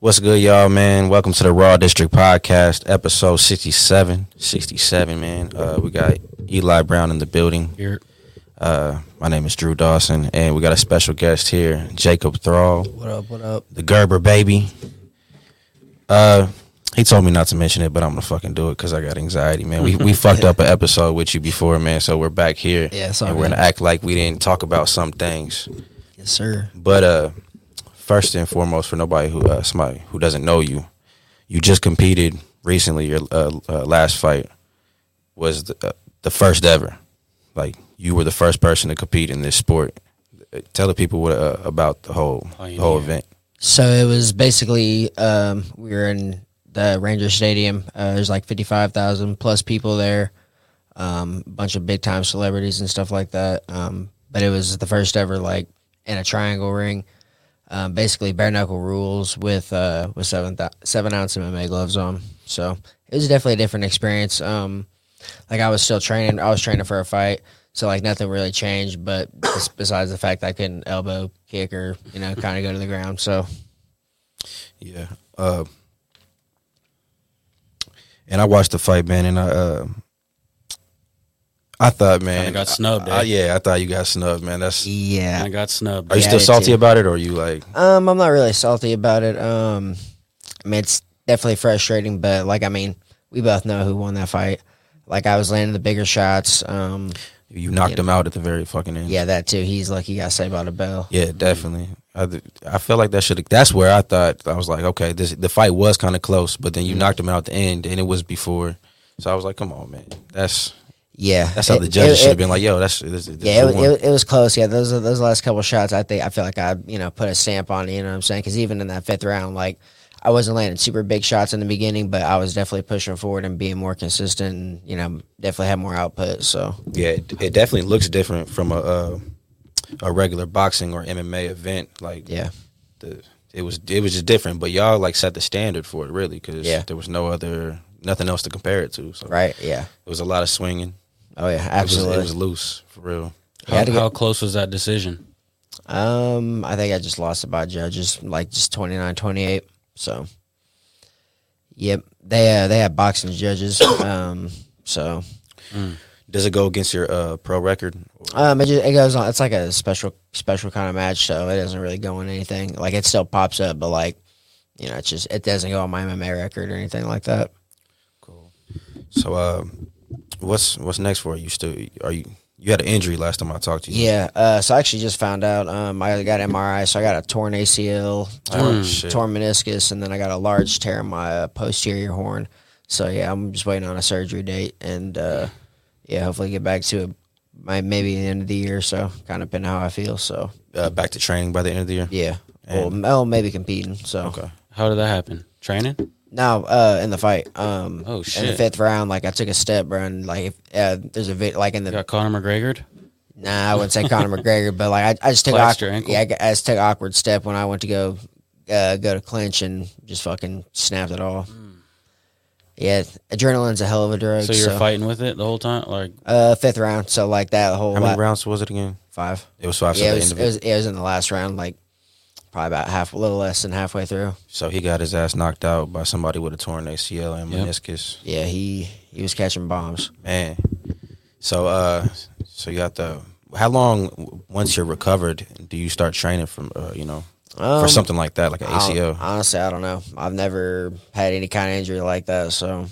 What's good, y'all, man? Welcome to the Raw District Podcast, episode 67. 67, man. Uh, we got Eli Brown in the building. Here. Uh, my name is Drew Dawson, and we got a special guest here, Jacob Thrall, What up? What up? the Gerber baby. Uh, he told me not to mention it, but I'm gonna fucking do it because I got anxiety, man. We we fucked up an episode with you before, man. So we're back here, Yeah, it's all and we're right. gonna act like we didn't talk about some things. Yes, sir. But uh, first and foremost, for nobody who uh, somebody who doesn't know you, you just competed recently. Your uh, uh, last fight was the, uh, the first ever. Like you were the first person to compete in this sport. Uh, Tell the people what, uh, about the whole the whole Pioneer. event. So it was basically um, we were in the Ranger Stadium. Uh, there's like fifty five thousand plus people there, um, bunch of big time celebrities and stuff like that. Um, but it was the first ever like in a triangle ring, um, basically bare knuckle rules with uh, with seven thou- seven ounce MMA gloves on. So it was definitely a different experience. Um, like I was still training. I was training for a fight. So like nothing really changed, but bes- besides the fact I couldn't elbow kick or you know kind of go to the ground, so Yeah. Uh, and I watched the fight, man, and I uh, I thought, man, got snubbed, I- I- eh? yeah, I thought you got snubbed, man. That's I Yeah. got snubbed. are you Yeah, still it salty did. about it, or are you like, Um, I'm not really salty about it. Um, I mean, it's definitely frustrating, but like, I mean, we both know who won that fight. Like, I was landing the bigger shots. Um, you knocked him out at the very fucking end? yeah, that too. He's lucky he got saved by the bell. Yeah, definitely. I, th- I feel like that should. That's where I thought I was like, okay, this the fight was kind of close, but Mm. then you knocked him out at the end, and it was before. So I was like, come on, man, that's Yeah, that's how It- the judges it- should have it- been like, yo, that's, this, this Yeah, the it, one. it, it was close. Yeah, those those last couple shots, I think I feel like I you know put a stamp on. it, You know what I'm saying? Because even in that fifth round, like I wasn't landing super big shots in the beginning, but I was definitely pushing forward and being more consistent. And, you know, definitely had more output. So yeah, it, it definitely looks different from a uh, a regular boxing or MMA event. Like, yeah, the, it was it was just different, but y'all like set the standard for it really because Yeah. there was no other nothing else to compare it to. So right, yeah. it was a lot of swinging. Oh yeah, It was, absolutely. it was loose for real. Yeah, I How, had to get- how close was that decision? um, I think I just lost it by judges, like just 29, 28. So, yep, they uh, they have boxing judges. Um, so Does it go against your uh, pro record? Or- um, it just it goes on. It's like a special special kind of match, so it doesn't really go on anything. Like it still pops up, but like you know, it's just it doesn't go on my MMA record or anything like that. Cool. So, uh, what's what's next for you? Still, are you you had an injury last time I talked to you? Yeah. Uh, so I actually just found out. Um, I got MRI, so I got a torn ACL, torn, Mm. shit. torn meniscus, and then I got a large tear in my uh, posterior horn. So yeah, I'm just waiting on a surgery date, and uh, yeah, hopefully get back to it. My, maybe the end of the year, so kind of depending how I feel. So Uh, back to training by the end of the year. yeah, And- well, oh, maybe competing. So Okay. How did that happen? Training? no, uh, in the fight, um, Oh, in the shit. fifth round, like I took a step, bro, and like if, uh, there's a vid- like in the You got Conor McGregor? Nah, I wouldn't say Conor McGregor, but like I, I just took Collapsed your awkward, ankle? yeah, I, g- I just took awkward step when I went to go uh, go to clinch and just fucking snapped it all. Hmm. Yeah, adrenaline's a hell of a drug. So So you were fighting with it the whole time? Like, uh, fifth round, so like that whole How many la- rounds was it again? five. It was five. so, yeah, the it end was, it of it- was it was in the last round, like probably about half, a little less than halfway through. so he got his ass knocked out by somebody with a torn ACL and Yep. meniscus. Yeah, he he was catching bombs. Man. So, uh, so you got the. How long once you're recovered do you start training from? Uh, you know, Um, for something like that, like an I don't- ACL. honestly, I don't know. I've never had any kind of injury like that, so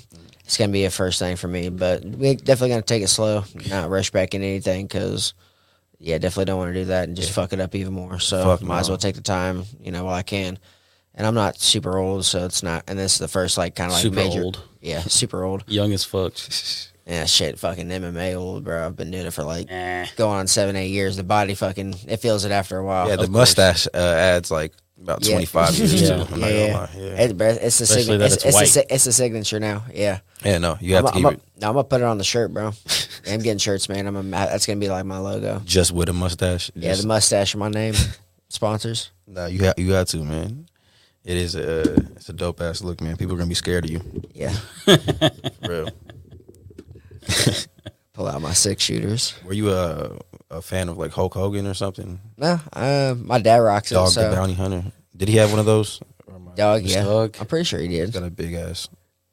it's gonna be a first thing for me. But we definitely gonna take it slow, not rush back into anything, because yeah, definitely don't want to do that and just fuck it up even more. So Fuck might as no. well take the time, you know, while I can. And I'm not super old, so it's not. And this is the first like kind of like super major, old. yeah, super old. Young as fuck. Yeah, shit, fucking MMA old, bro. I've been doing it for like Eh. going on seven, eight years. The body fucking it feels it after a while. yeah, the course. mustache uh, adds like about Yeah. twenty five years. Yeah. to it. I'm not gonna Yeah. lie. yeah. It, bro, it's the Especially signature. that It's, it's it's, the white. si- it's the signature now. Yeah. Yeah, no, you have I'm, to keep I'm, it no, I'm gonna put it on the shirt, bro. I'm getting shirts, man. I'm a, that's gonna be like my logo. just with a mustache. Yeah, Just- the mustache, my name, sponsors. No, you ha- you got to man. It is a it's a dope ass look, man. People are gonna be scared of you, Yeah, for real. pull out my six shooters. Were you a a fan of like Hulk Hogan or something? No, uh, my dad rocks it. Dog so the Bounty Hunter. Did he have one of those? Or am my Dog, yeah. Slug. I'm pretty sure he He's did. got a big ass.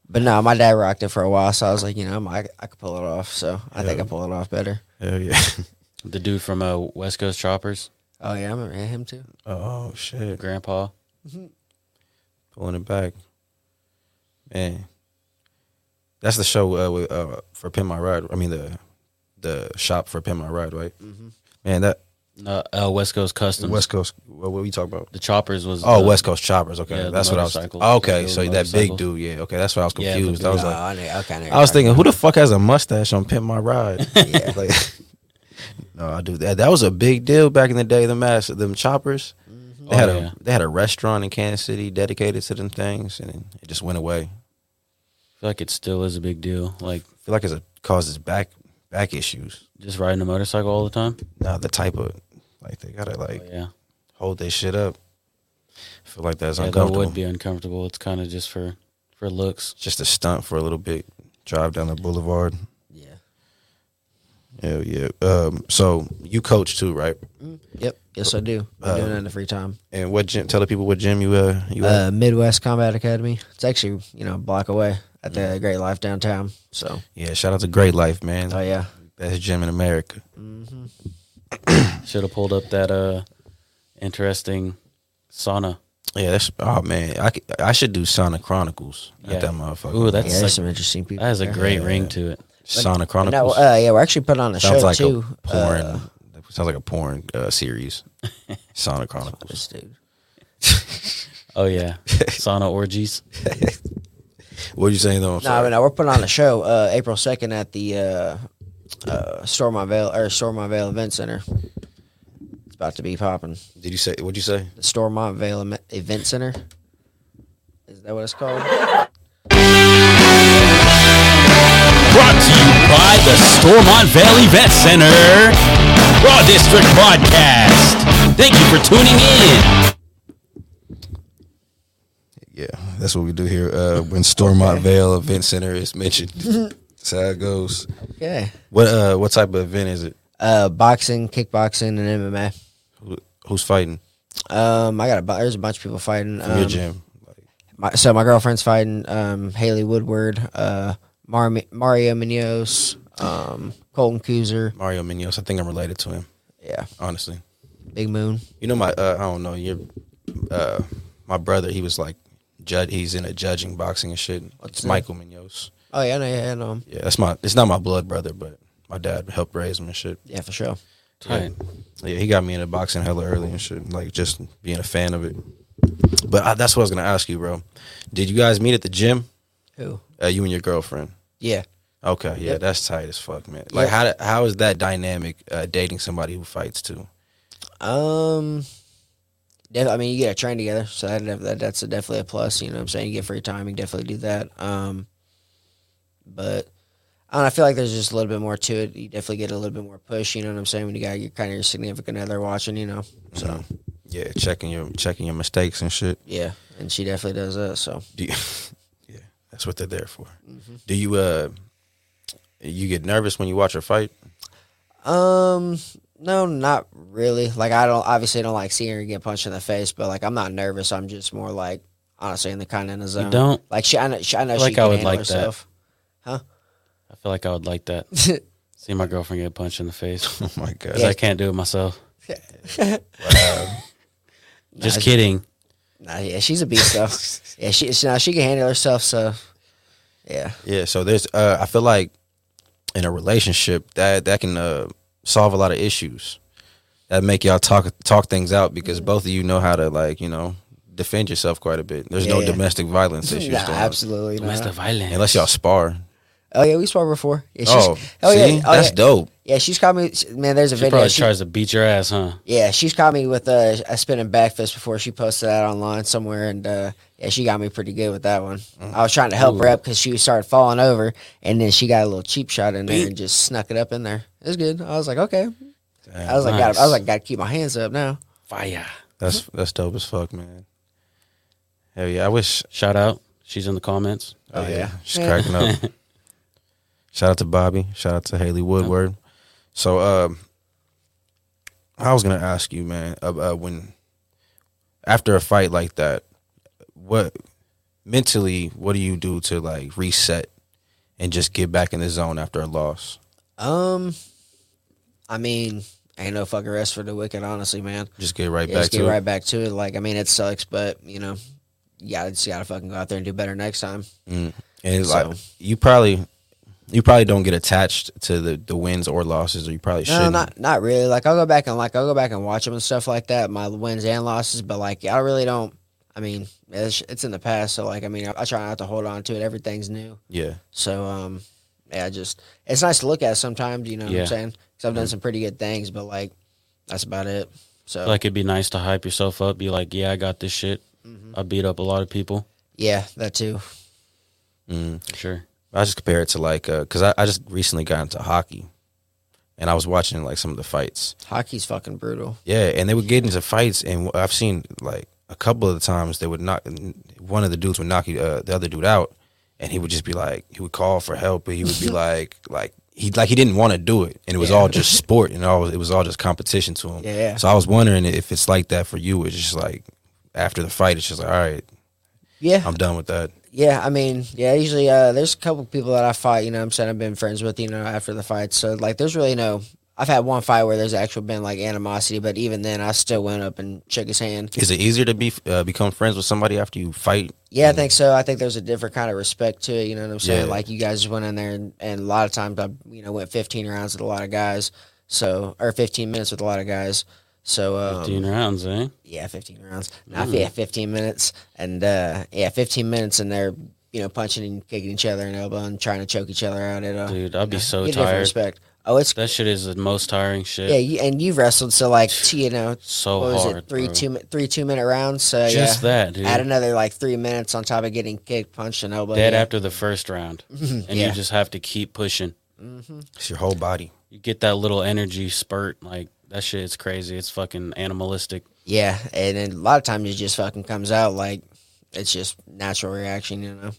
But no, my dad rocked it for a while, so I was like, you know, I'm- I, I could pull it off. So I think Yeah. I pull it off better. Hell yeah. The dude from uh, West Coast Choppers, Oh yeah, I remember him too. Mm-hmm. oh shit. Grandpa. Pulling it back. Man. That's the show uh, with, uh, for Pin My Ride. I mean the the shop for Pin My Ride, right? Mm-hmm. Man, that No, uh, West Coast Customs. West Coast. What were you talking about? the Choppers was. Oh, the- West Coast choppers. Okay, yeah, the that's what I was. motorcycles. Okay, Those so that big motorcycles. dude. Yeah. Okay, that's why I was Yeah, the confused. big I was No, like, I, knew, okay, knew I was you're thinking, who the fuck has a mustache on Pimp My Ride? Yeah. Like, no, I do that. That was a big deal back in the day. The mass, them choppers. Mm-hmm. They Oh, had a yeah. they had a restaurant in Kansas City dedicated to them things, and it just went away. I feel like it still is a big deal. Like I feel like it's a, causes back back issues. just riding a motorcycle all the time. Now the type of like they gotta like But Oh, yeah, hold their shit up. I feel like that's yeah that uncomfortable. would be uncomfortable. It's kind of just for for looks. Just a stunt for a little bit. Drive down the boulevard. Yeah. Hell yeah. Um, so you coach too, right? Mm, Yep. Yes, I do. I'm Uh, doing it in the free time. And what gym? Tell the people what gym you uh you at. Uh, Midwest Combat Academy. It's actually you know a block away at the Great Life downtown. So Yeah, shout out to Great Life, man. oh yeah, Best gym in America. hmm Should have pulled up that uh interesting sauna. Yeah, that's oh man. I, c- I should do Sauna Chronicles Yeah. at that motherfucker. Ooh, yeah. that's There's like, some interesting people. that has a there. great Yeah. ring to it. Sauna And now, Chronicles uh, yeah, we're actually putting on a sounds show like too. a porn. Uh, sounds like a porn uh, series. Sauna Chronicles. this dude. Oh yeah, sauna orgies. What are you saying though? I'm No, I sorry. mean, no, we're putting on a show uh, April second at the uh, uh, Stormont Vale or Stormont Vale Event Center. It's about to be popping. Did you say what'd you say? The Stormont Vale Em- Event Center. Is that what it's called? Brought to you by the Stormont Valley Vet Center Raw District Podcast. Thank you for tuning in. Yeah, that's what we do here. Uh, when Stormont Vale Event Center is mentioned. that's how it goes. Yeah. What uh what type of event is it? Uh, boxing, kickboxing, and MMA. Who, who's fighting Um, I got a bu- there's a bunch of people fighting. from your um, gym? Like, my, so my girlfriend's fighting um, Haley Woodward, uh, Mar- Mario Munoz, um, Colton Kuzer, Mario Munoz. I think I'm related to him, yeah, honestly. Big Moon. You know my uh, I don't know your uh, my brother. He was like judge. He's in a judging boxing and shit. What's it's that? Michael Munoz. Oh yeah, I know, yeah, I know him. Yeah, that's my. It's not my blood brother, but my dad helped raise him and shit. Yeah, for sure. Tight. Yeah, he got me into boxing hella early and shit. Like just being a fan of it. But I, that's what I was gonna ask you, bro. Did you guys meet at the gym? Who? Uh, you and your girlfriend. Yeah. Okay, yeah, Yep. that's tight as fuck, man. Like, Yep. how do- how is that dynamic uh, dating somebody who fights too? Um. def- I mean, you get a train together, so that, that that's a definitely a plus. You know, what I'm saying you get free time, you can definitely do that. Um, but I don't know, I feel like there's just a little bit more to it. You definitely get a little bit more push. You know what I'm saying when you got your kind of your significant other watching. You know, so Mhm. yeah, checking your checking your mistakes and shit. yeah, and she definitely does that. So Do you, yeah, that's what they're there for. Do you uh you get nervous when you watch a fight? Um, no, not really. Like I don't obviously don't like seeing her get punched in the face, but like I'm not nervous. I'm just more like honestly in the kind of in the zone. don't? like she. I know. She, I know feel she like I can would handle like that. herself. I feel like I would like that. See my girlfriend get punched in the face Oh my god! because I can't do it myself. Wow. Just kidding. Nah, yeah, she's a beast though. yeah, she. she now she can handle herself. So, yeah, yeah, so there's uh I feel like in a relationship that that can uh solve a lot of issues. That make y'all talk talk things out Mm. because both of you know how to like, you know, defend yourself quite a bit. There's no Yeah. domestic violence issues. nah, going on. absolutely Where's the not. violence? Unless y'all spar. Oh yeah, we swore before. Yeah, she's, Oh, oh, yeah, see? oh, that's yeah. dope. Yeah, she's caught me. she- Man, there's a she video. probably she- tries to beat your ass, huh? Yeah, she's caught me with a, a spinning back fist before she posted that online somewhere, and uh, yeah, she got me pretty good with that one. Mm. I was trying to help her up because she started falling over, and then she got a little cheap shot in there and just snuck it up in there. It was good. I was like, okay. I was like, nice. gotta, I was like, gotta keep my hands up now. Fire. That's that's dope as fuck, man. Hell yeah, I wish Shout out. She's in the comments. Oh yeah. yeah. She's cracking up. Shout out to Bobby. Shout out to Haley Woodward. So um I was gonna ask you, man, uh, uh, when after a fight like that, what mentally what do you do to like reset and just get back in the zone after a loss? Um, I mean, ain't no fucking rest for the wicked, honestly, man. Just get right Yeah, back just get to right it. back to it. Like, I mean, it sucks, but you know, yeah, just gotta fucking go out there and do better next time. Mm. And it's So- like you probably you probably don't get attached to the, the wins or losses, or you probably No, shouldn't. not not really. Like, I'll go back and like I'll go back and watch them and stuff like that. My wins and losses, but like, I really don't. I mean, it's, it's in the past, so like, I mean, I, I try not to hold on to it. Everything's new, yeah, so um, yeah, just it's nice to look at sometimes. You know what Yeah. I'm saying? Because I've done some pretty good things, but like, that's about it. So Like it'd be nice to hype yourself up, be like, yeah, I got this shit. Mm-hmm. I beat up a lot of people. yeah, that too. mm. Sure. I just compare it to like because I, I just recently got into hockey, and I was watching like some of the fights. Hockey's fucking brutal. Yeah, and they would get into fights, and I've seen like a couple of the times they would knock one of the dudes would knock uh, the other dude out, and he would just be like he would call for help, but he would be like like he like he didn't want to do it, and it was all just sport, and all it was all just competition to him. Yeah. So I was wondering if it's like that for you. It's just like after the fight, it's just like all right, Yeah, I'm done with that. Yeah, I mean, yeah, usually uh, there's a couple people that I fight, you know what I'm saying, I've been friends with, you know, after the fight. So, like, there's really no. I've had one fight where there's actually been, like, animosity, but even then, I still went up and shook his hand. Is it easier to be uh, become friends with somebody after you fight? Yeah, I think so. I think there's a different kind of respect to it, you know what I'm saying? Yeah. Like, you guys just went in there, and, and a lot of times I, you know, went 15 rounds with a lot of guys, so, or 15 minutes with a lot of guys. So, um, 15 rounds, eh? yeah, 15 rounds. Hmm. Not yeah, 15 minutes. And uh, yeah, 15 minutes and they're, you know, punching and kicking each other and elbowing, trying to choke each other out. It, uh, Dude, I'd be so get different tired. respect. Oh, it's, That shit is the most tiring shit. yeah, you, and you've wrestled, so like, t- you know, so what was hard. it, three, bro. two, mi- three two minute rounds. So Just yeah, that, dude. add another like three minutes on top of getting kicked, punched, and elbowed. Dead yeah. after the first round. and Yeah. Mm-hmm. you just have to keep pushing. It's your whole body. You get that little energy spurt. Like, that shit is crazy. It's fucking animalistic. Yeah, and then a lot of times it just fucking comes out like it's just natural reaction, you know.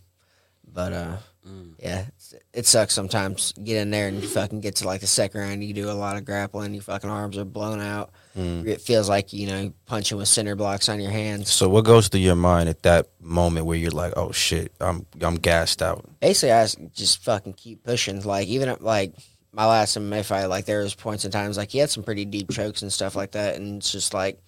But uh, yeah, it's- it sucks sometimes. You Get in there and you fucking get to like the second round. You do a lot of grappling. Your fucking arms are blown out. It feels like you know punching with center blocks on your hands. So what goes through your mind at that moment where you're like, oh shit, I'm I'm gassed out. Basically, I s- just fucking keep pushing. Like even at, like my last MMA fight, like there was points in times like he had some pretty deep chokes and stuff like that, and it's just like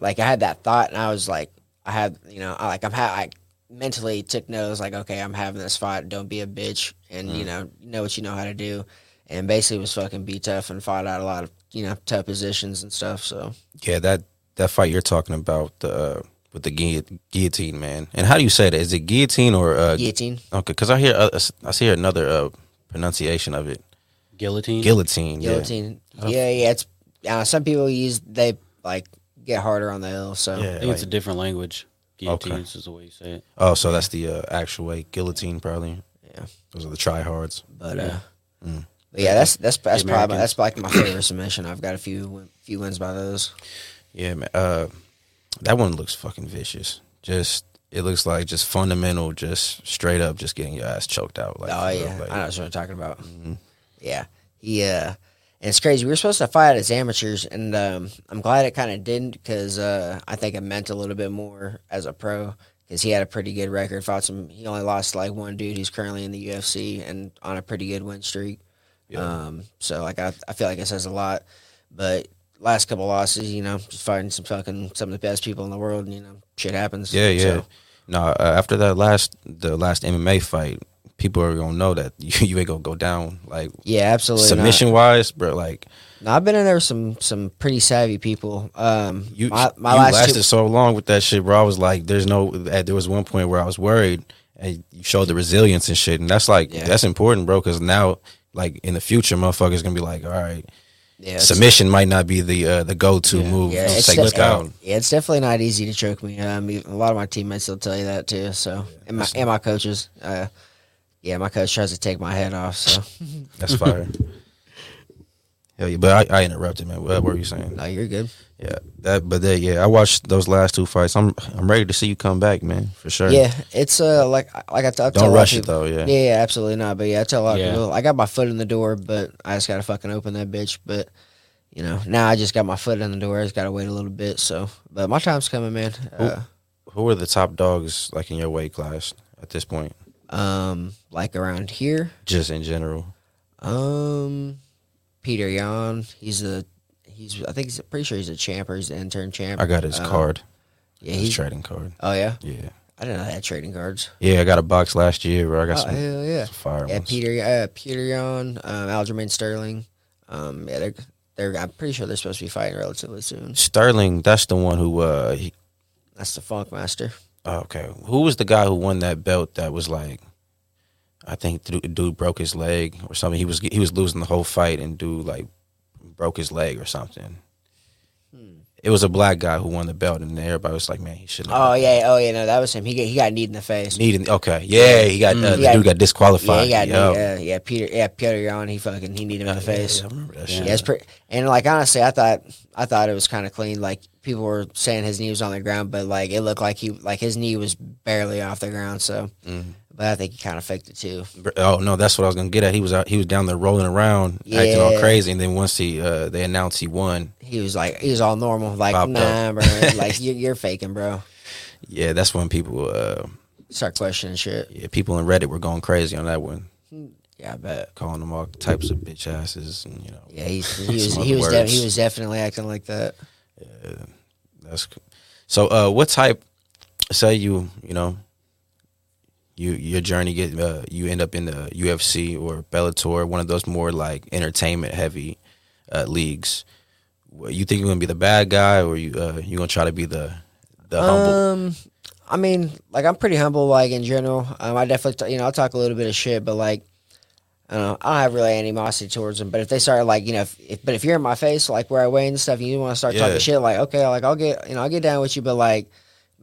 like I had that thought, and I was like, I had, you know, I like I'm ha- I mentally took notes, like, okay, I'm having this fight. Don't be a bitch, and you know, know what you know how to do, and basically was fucking be tough and fought out a lot of you know tough positions and stuff. So Yeah, that that fight you're talking about the uh, with the guillot- guillotine man. And how do you say that? Is it guillotine or uh, guillotine, okay? Because I hear uh, I hear another uh, pronunciation of it, Guillotine. guillotine. guillotine, yeah, yeah. It's uh, some people use they like get harder on the hill. So Yeah. I yeah think it's a like- different language. Okay. Guillotines is the way you say it. oh, so that's the uh, actual way guillotine probably. Yeah. Those are the tryhards. but Yeah. uh. but yeah, that's that's that's probably Americans. that's like my favorite submission. I've got a few win- few wins by those. Yeah, man. Uh, that one looks fucking vicious. Just it looks like just fundamental, just straight up, just getting your ass choked out. Like, Oh for real, yeah, Mm-hmm. like- I know what you're talking about. Yeah, yeah, and it's crazy. We were supposed to fight as amateurs, and um, I'm glad it kind of didn't because uh, I think it meant a little bit more as a pro because he had a pretty good record. Fought some. He only lost like one dude who's currently in the UFC and on a pretty good win streak. Um, so like I, I feel like it says a lot, but last couple losses, you know, just fighting some fucking some of the best people in the world, and you know, shit happens. Yeah, yeah. So, no, uh, after that last the last MMA fight, people are gonna know that you, you ain't gonna go down like yeah, absolutely. not. submission wise, bro. Like No, I've been in there with some some pretty savvy people. Um, you, my, my you last lasted two, so long with that shit, bro. I was like, there's no. uh, There was one point where I was worried, and you showed the resilience and shit, and that's like Yeah. that's important, bro. Because now, like in the future, motherfuckers gonna be like, all right, yeah, it's- submission might not be the uh, the go to move. Yeah, Just it's like def- look out. yeah, it's definitely not easy to choke me. Um, even- a lot of my teammates will tell you that too. So, and my and my coaches, uh, yeah, my coach tries to take my head off. So, That's fire. Hell yeah, but I, I interrupted, man. What were you saying? no, you're good. Yeah, that. But that, yeah, I watched those last two fights. I'm I'm ready to see you come back, man, for sure. Yeah, it's uh like like I, t- I tell a Don't lot of rush it people- though. Yeah. Yeah, yeah, absolutely not. But yeah, I tell a lot Yeah. of people I got my foot in the door, but I just gotta fucking open that bitch. But you know, now I just got my foot in the door. I just gotta wait a little bit. So, but my time's coming, man. Uh, who are the top dogs like in your weight class at this point? Um, like around here, Just in general. um, Peter Yan. He's a he's. I think he's pretty sure he's a champ or he's an intern champ. I got his Um, card. Yeah, his he's trading card. Oh yeah, Yeah. I didn't know they had trading cards. Yeah, I got a box last year where I got Oh some, hell yeah, some fire yeah. ones. Peter, uh, Peter Yan, um, Aljamain Sterling. Um, yeah, they're they're. I'm pretty sure they're supposed to be fighting relatively soon. Sterling, that's the one who uh he, That's the Funk Master. oh, okay. Who was the guy who won that belt that was like I think the dude- dude broke his leg or something. He was he was losing the whole fight and dude like broke his leg or something. Hmm. It was a black guy who won the belt and everybody was like, "Man, he should." Oh yeah, oh yeah. No, that was him. He got, he got kneed in the face. Needing okay, yeah, he got uh, Mm. the Yeah. dude got Yeah, disqualified. he got Yup. kneed, uh, yeah. Peter, yeah, Peter Yan. He fucking he kneed him in the face. Yeah, I remember that Yeah, shit. it's pretty. And like honestly, I thought I thought it was kind of clean. Like people were saying his knee was on the ground, but like it looked like he like his knee was barely off the ground. So, Mhm. but I think he kind of faked it too. Br- Oh no, that's what I was gonna get at. He was out, he was down there rolling around, acting all Yeah. crazy, and then once he uh, they announced he won, He was like he was all normal. Like Popped nah, up. bro. Like you, you're faking, bro. yeah, that's when people uh, Start questioning shit. yeah, people in Reddit were going crazy on that one, Yeah, I bet. calling them all types of bitch asses, and you know, Yeah, he, he was Some he other was de- words. he was definitely acting like that. that's c- so. Uh, what type? Say you you know, you your journey get uh, you end up in the UFC or Bellator, one of those more like entertainment heavy uh, leagues. Wh- You think you're gonna be the bad guy, or you uh, you gonna try to be the the humble? Um, I mean, like I'm pretty humble, like in general. Um, I definitely, t- you know, I'll talk a little bit of shit, but like, I don't know, I don't have really animosity towards them. But if they start like, you know, if, if but if you're in my face, like where I weigh in and stuff, and you want to start Yeah. talking shit, like okay, like I'll get, you know, I'll get down with you, but like.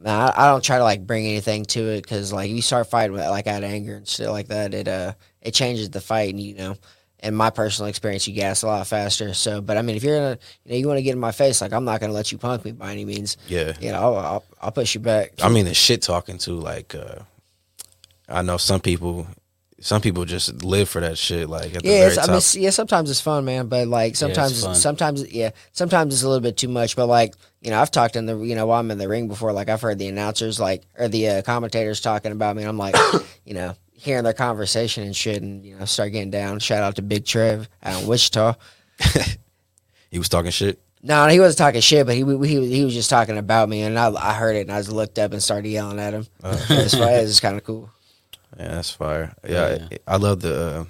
Nah, I, I don't try to like bring anything to it because like you start fighting with like out of anger and shit like that, it uh it changes the fight and you know, in my personal experience, you gas a lot faster. So, but I mean, if you're gonna you know you want to get in my face, like I'm not gonna let you punk me by any means. Yeah. You know, I'll, I'll, I'll push you back. I mean the shit talking too. Like uh, I know some people, some people just live for that shit. Like at the Yeah, very it's, I top. mean, it's- yeah. Sometimes it's fun, man. But like sometimes, fun. sometimes, yeah, sometimes it's a little bit too much. But like you know, I've talked in the you know while I'm in the ring before, like I've heard the announcers like or the uh, commentators talking about me. And I'm like, you know, hearing their conversation and shit, and you know, start getting down. Shout out to Big Trev out in Wichita. he was talking shit. No, he wasn't talking shit, but he w- he was- he was just talking about me, and I I heard it, and I just looked up and started yelling at him. Uh, That's why it was kind of cool. Yeah, that's fire. Yeah, Yeah. I, I love the, uh,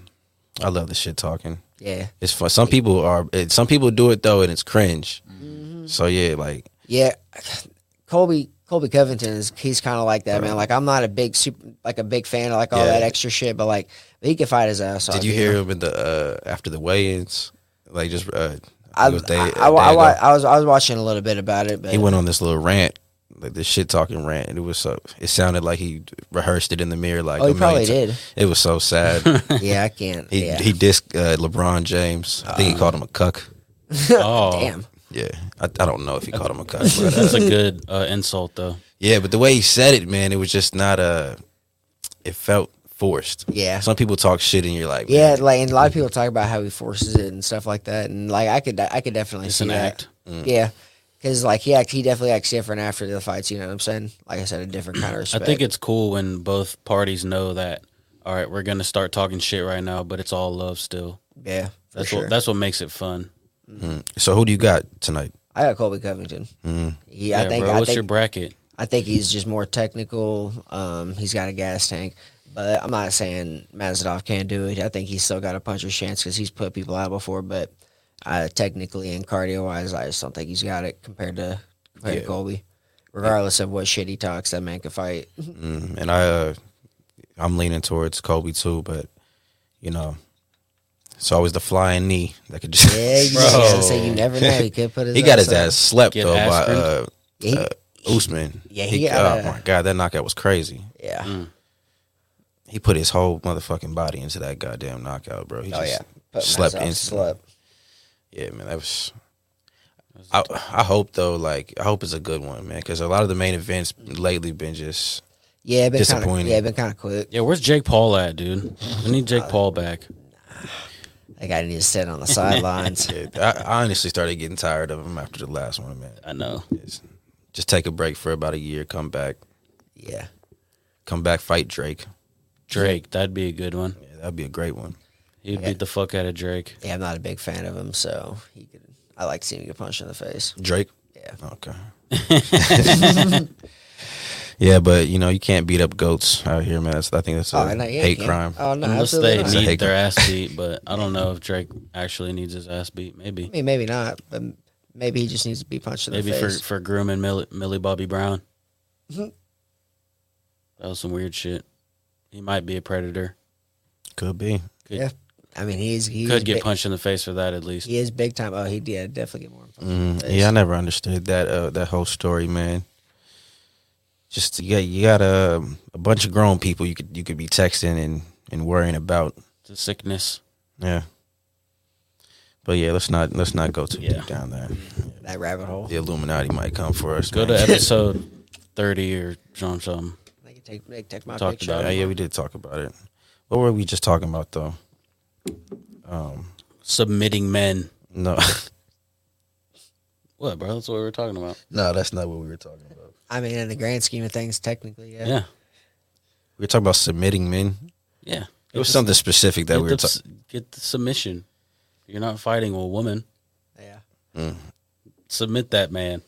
I love the shit talking. Yeah. It's fun. Some people are. It, some people do it though, and it's cringe. Mm-hmm. So yeah, like Yeah, Colby Colby Covington is he's kind of like that man. Like I'm not a big super like a big fan of like all Yeah. that extra shit, but like he could fight his ass off. did you know? hear him in the uh, after the weigh-ins? Like just uh, I, it was day- I, a I, wa- day I, wa- ago. I was I was watching a little bit about it, but he went on this little rant. Like this shit talking rant, and it was so. It sounded like he rehearsed it in the mirror. Like oh, a he million probably ti- did. It was so sad. yeah, I can't. He yeah. Uh. he dissed uh, LeBron James. I think he called him a cuck. Oh, Damn. Yeah, I, I don't know if he called him a cuck. But, uh, That's a good uh, insult, though. yeah, but the way he said it, man, it was just not Uh, it felt forced. Yeah. some people talk shit, and you're like, Yeah, man, like and a lot of people talk about how he forces it and stuff like that, and like I could I could definitely It's see an that. act. Mm. Yeah, because like he act, he definitely acts different after the fights. You know what I'm saying? Like I said, a different kind of I respect. think it's cool when both parties know that. All right, we're gonna start talking shit right now, but it's all love still. yeah, for That's sure. what that's what makes it fun. So who do you got tonight? I got Colby Covington. Mm. He, Yeah, I think bro. I What's think your bracket? I think he's just more technical. Um, he's got a gas tank, but I'm not saying Mazadov can't do it. I think he's still got a puncher's chance because he's put people out before. But uh, technically and cardio wise, I just don't think he's got it compared to compared Yeah. to Colby. Regardless of what shit he talks, that man can fight. Mm, and I, uh, I'm leaning towards Kobe too, but you know, it's always the flying knee that could just. Yeah, you Bro. gotta say you never know. He could put his. he got his up. ass slept Get though by aspirin. uh, Yeah, he- uh, Usman. Yeah, he got oh a- my god, that knockout was crazy. yeah. he put his whole motherfucking body into that goddamn knockout, bro. He Oh just yeah. Put slept Mazadov in. Slept. Yeah, man, that was. I I hope though, like I hope it's a good one, man, because a lot of the main events lately been just Yeah, been kind of Disappointing. yeah, been kind of quick. Yeah, where's Jake Paul at, dude? We need Uh, Jake Paul back. Like I need to sit on the sidelines. yeah, I, I honestly started getting tired of them after the last one, man. I know. It's- just take a break for about a year, come back. Yeah. Come back, fight Drake. Drake, that'd be a good one. Yeah, that'd be a great one. He'd Yeah. beat the fuck out of Drake. Yeah, I'm not a big fan of him, so he could. I like seeing him get punched in the face. Drake. Yeah. Okay. yeah, but you know you can't beat up goats out here, man. That's, I think that's a Oh, and I, yeah, hate yeah. crime. Oh no, Unless absolutely. they not. a need hate their ass beat, but I don't know if Drake actually needs his ass beat. Maybe. I mean, maybe not, but maybe he just needs to be punched in Maybe the for, face. Mm-hmm. for grooming Millie, Millie Bobby Brown. That was some weird shit. He might be a predator. Could be. Could, Yeah, I mean, he's he is could get big, punched in the face for that at least. He is big time. Oh, he did definitely get more. punched in the Mm, face. yeah, I never understood that uh, that whole story, man. Just you got you got a, a bunch of grown people you could you could be texting and and worrying about. It's a sickness. Yeah. But yeah, let's not let's not go too Yeah. Oh. deep down there. Mm. that rabbit hole. The Illuminati might come for us. Go to man. episode 30 or something. something. They can take they can take my Talked picture. about Yeah, yeah, we did talk about it. What were we just talking about though? Um, Submitting men. No, What, bro? That's what we were talking about. no, that's not what we were talking about. I mean, in the grand scheme of things, technically, yeah. Yeah. We were talking about submitting men. Yeah. It was something specific that get, we were the, talking. get the submission. You're not fighting a woman. Yeah. Submit that man.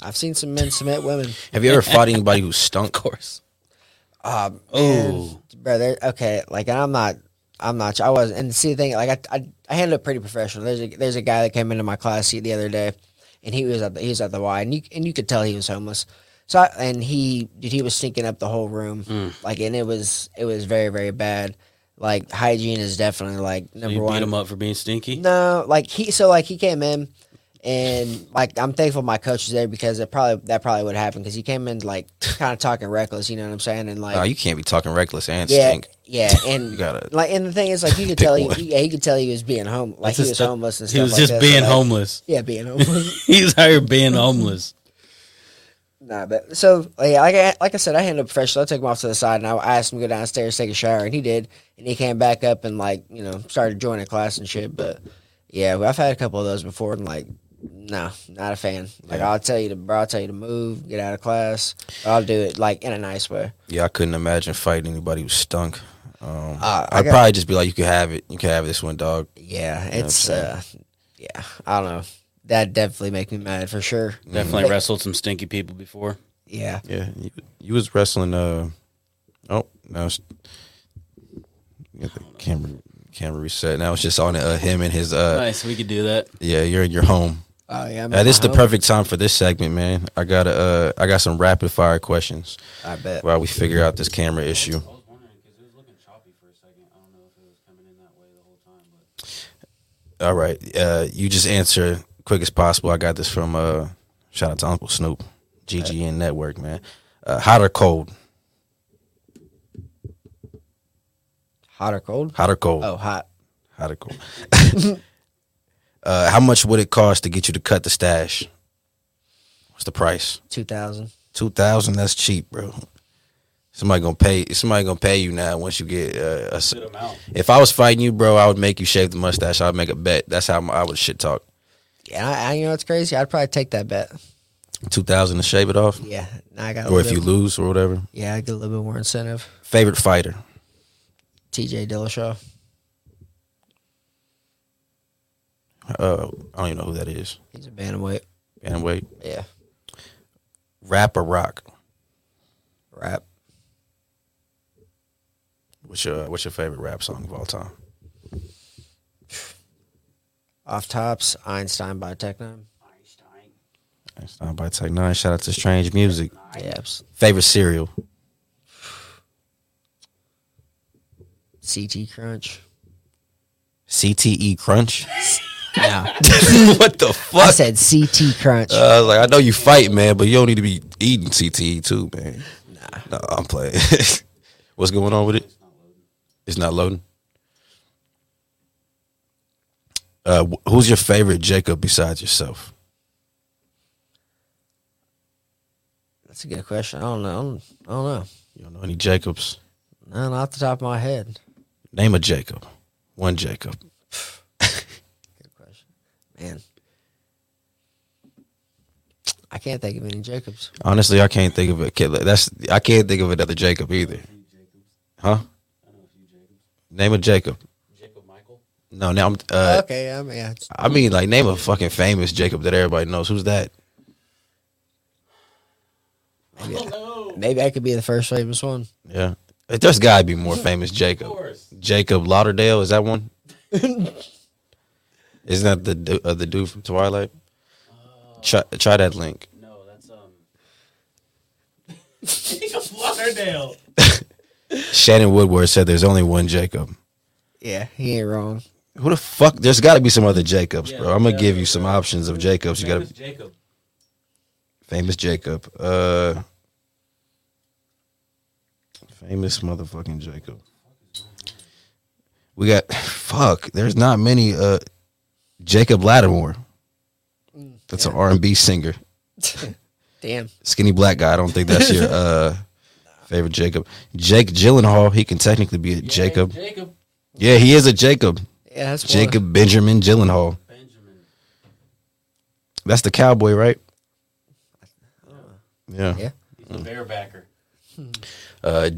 I've seen some men submit women. Have you ever fought anybody who stunk? Of course. Um, Oh. brother. Okay, like and I'm not. I'm not. I wasn't. And see the thing, like I, I, I handled it pretty professional. There's a there's a guy that came into my class the other day, and he was at the, he was at the Y, and you and you could tell he was homeless. So I, and he dude, he was stinking up the whole room, Mm. like and it was it was very very bad. Like hygiene is definitely like So number you one. beat him up for being stinky? No, like he so like he came in and like I'm thankful my coach was there because it probably that probably would happen because he came in like kind of talking reckless, you know what I'm saying? And like No, you can't be talking reckless and yeah, stink. yeah, and You gotta- like and the thing is like you could Pick tell he, one. he- yeah, he could tell he was being home like That's he just- was homeless and stuff. He was like just that, so, being like- homeless. Yeah, being homeless. He was out here being homeless. Nah, but so like, like I like I said, I handled it professional. I took him off to the side and I, I asked him to go downstairs take a shower, and he did. And he came back up and like you know started joining class and shit. But yeah, I've had a couple of those before, and like, no, not a fan. Like I'll tell you to, bro, I'll tell you to move, get out of class. But I'll do it like in a nice way. Yeah, I couldn't imagine fighting anybody who stunk. Um, Uh, I I'd got- probably just be like, "You can have it. You can have this one, dog." Yeah, it's Okay. uh, yeah, I don't know. That definitely make me mad for sure. Definitely wrestled some stinky people before. Yeah, Yeah, you, you was wrestling. Uh, oh, now it's got the camera camera reset. Now it's just on uh, him and his. Uh, Nice. We could do that. Yeah, you're in your home. oh yeah. I'm Uh, at this is the my home. perfect time for this segment, man. I got uh, I got some rapid fire questions I bet. while we figure out this camera issue. was wondering because it was looking choppy for a second. I don't know if it was coming in that way the whole time, but All right, uh, you just answer quick as possible. I got this from uh, shout out to Uncle Snoop, GGN Network, man. Uh, hot or cold? Hot or cold? Hot or cold? Oh, hot. Hot or cold? uh, how much would it cost to get you to cut the stash? What's the price? Two thousand. Two thousand. That's cheap, bro. Somebody gonna pay. Somebody gonna pay you now once you get uh, a s- good amount. If I was fighting you, bro, I would make you shave the mustache. I'd make a bet. That's how I would shit talk. Yeah, I, I, you know what's crazy? I'd probably take that bet. Two thousand to shave it off, Yeah, now I got. A or little if you bit- lose or whatever. yeah, I get a little bit more incentive. Favorite fighter? T.J. Dillashaw. Uh, I don't even know who that is. He's a bantamweight. And wait, Yeah, rap or rock? rap. What's your uh, What's your favorite rap song of all time? Off tops. Einstein by Techno. It's not by Tech Nine. Shout out to Strange Music. Yeah, abs- Favorite cereal? CT Crunch. CTE E Crunch. No, what the I fuck? said CT Crunch. Uh, like I know you fight, man, but you don't need to be eating CTE too, man. Nah, no, I'm playing. What's going on with it? It's not loading. Uh, wh- who's your favorite Jacob besides yourself? That's a good question. I don't know. I don't, I don't know. You don't know any Jacobs. None off the top of my head. Name a Jacob. One Jacob. Good question, man. I can't think of any Jacobs. Honestly, I can't think of a kid. That's I can't think of another Jacob either. Huh? Name a Jacob. Jacob Michael. No, now I'm. Uh, okay, um, yeah. it's- I mean, like name a fucking famous Jacob that everybody knows. Who's that? Maybe, maybe I could be the first famous one. Yeah, there's gotta be more famous Jacob. Jacob Lauderdale is that one? Isn't that the du- uh, the dude from Twilight? Try, try that link. No, that's um. Jacob Lauderdale. Shannon Woodward said there's only one Jacob. Yeah, he ain't wrong. Who the fuck? There's got to be some other Jacobs, Yeah, bro. I'm gonna yeah, give you yeah, some yeah. options of Jacobs. You got to Jacob. famous Jacob. Uh, famous motherfucking Jacob. We got fuck. There's not many. Uh, Jacob Lattimore. Mm, That's an R&B singer. Damn. Skinny black guy. I don't think that's your uh favorite Jacob. Jake Gyllenhaal. He can technically be a Jacob. Jacob. Yeah, he is a Jacob. Yeah, that's one. Jacob Benjamin Gyllenhaal. Benjamin. That's the cowboy, right? Yeah. Yeah. He's the barebacker. Uh,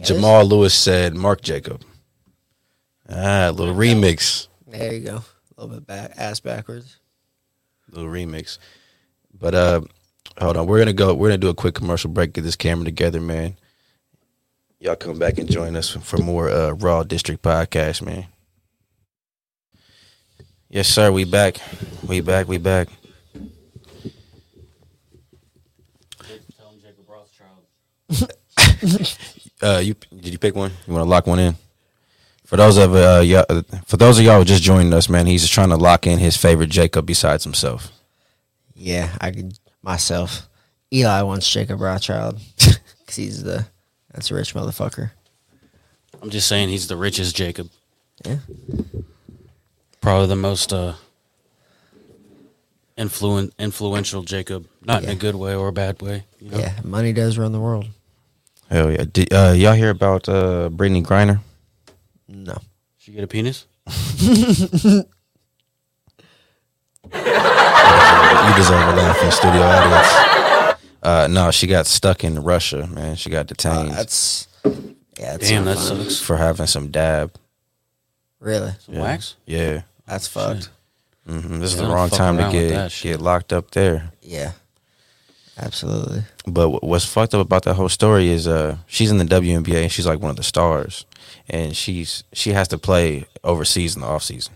Jamal Lewis said Mark Jacob. Ah, little remix. There you go. A little bit back, ass backwards. Little remix. But uh hold on, we're gonna go we're gonna do a quick commercial break, get this camera together, man. Y'all come back and join us for more uh Raw District Podcast, man. Yes, sir, we back. We back, we back. Tell him Jacob Rothschild. Uh, you did you pick one? You want to lock one in? For those of uh, y'all, for those of y'all who just joining us, man, he's just trying to lock in his favorite Jacob besides himself. Yeah, I could myself. Eli wants Jacob Rothschild because he's the that's a rich motherfucker. I'm just saying he's the richest Jacob. Yeah. Probably the most uh influen- influential Jacob. Not in Yeah. a good way or a bad way. You know? Yeah, money does run the world. Hell yeah! Did, uh, y'all hear about uh, Brittany Griner? No. She get a penis? You deserve a laugh in studio audience. Uh, no, she got stuck in Russia, man. She got detained Uh, Uh, That's yeah. That's Damn, not that fun. sucks. for having some dab. really Some wax? Yeah, that's fucked. hmm this is Yeah, the don't wrong fuck time to around with that get shit. get locked up there. Yeah, absolutely. But wh- what's fucked up about that whole story is uh, she's in the WNBA and she's like one of the stars, and she's she has to play overseas in the off season.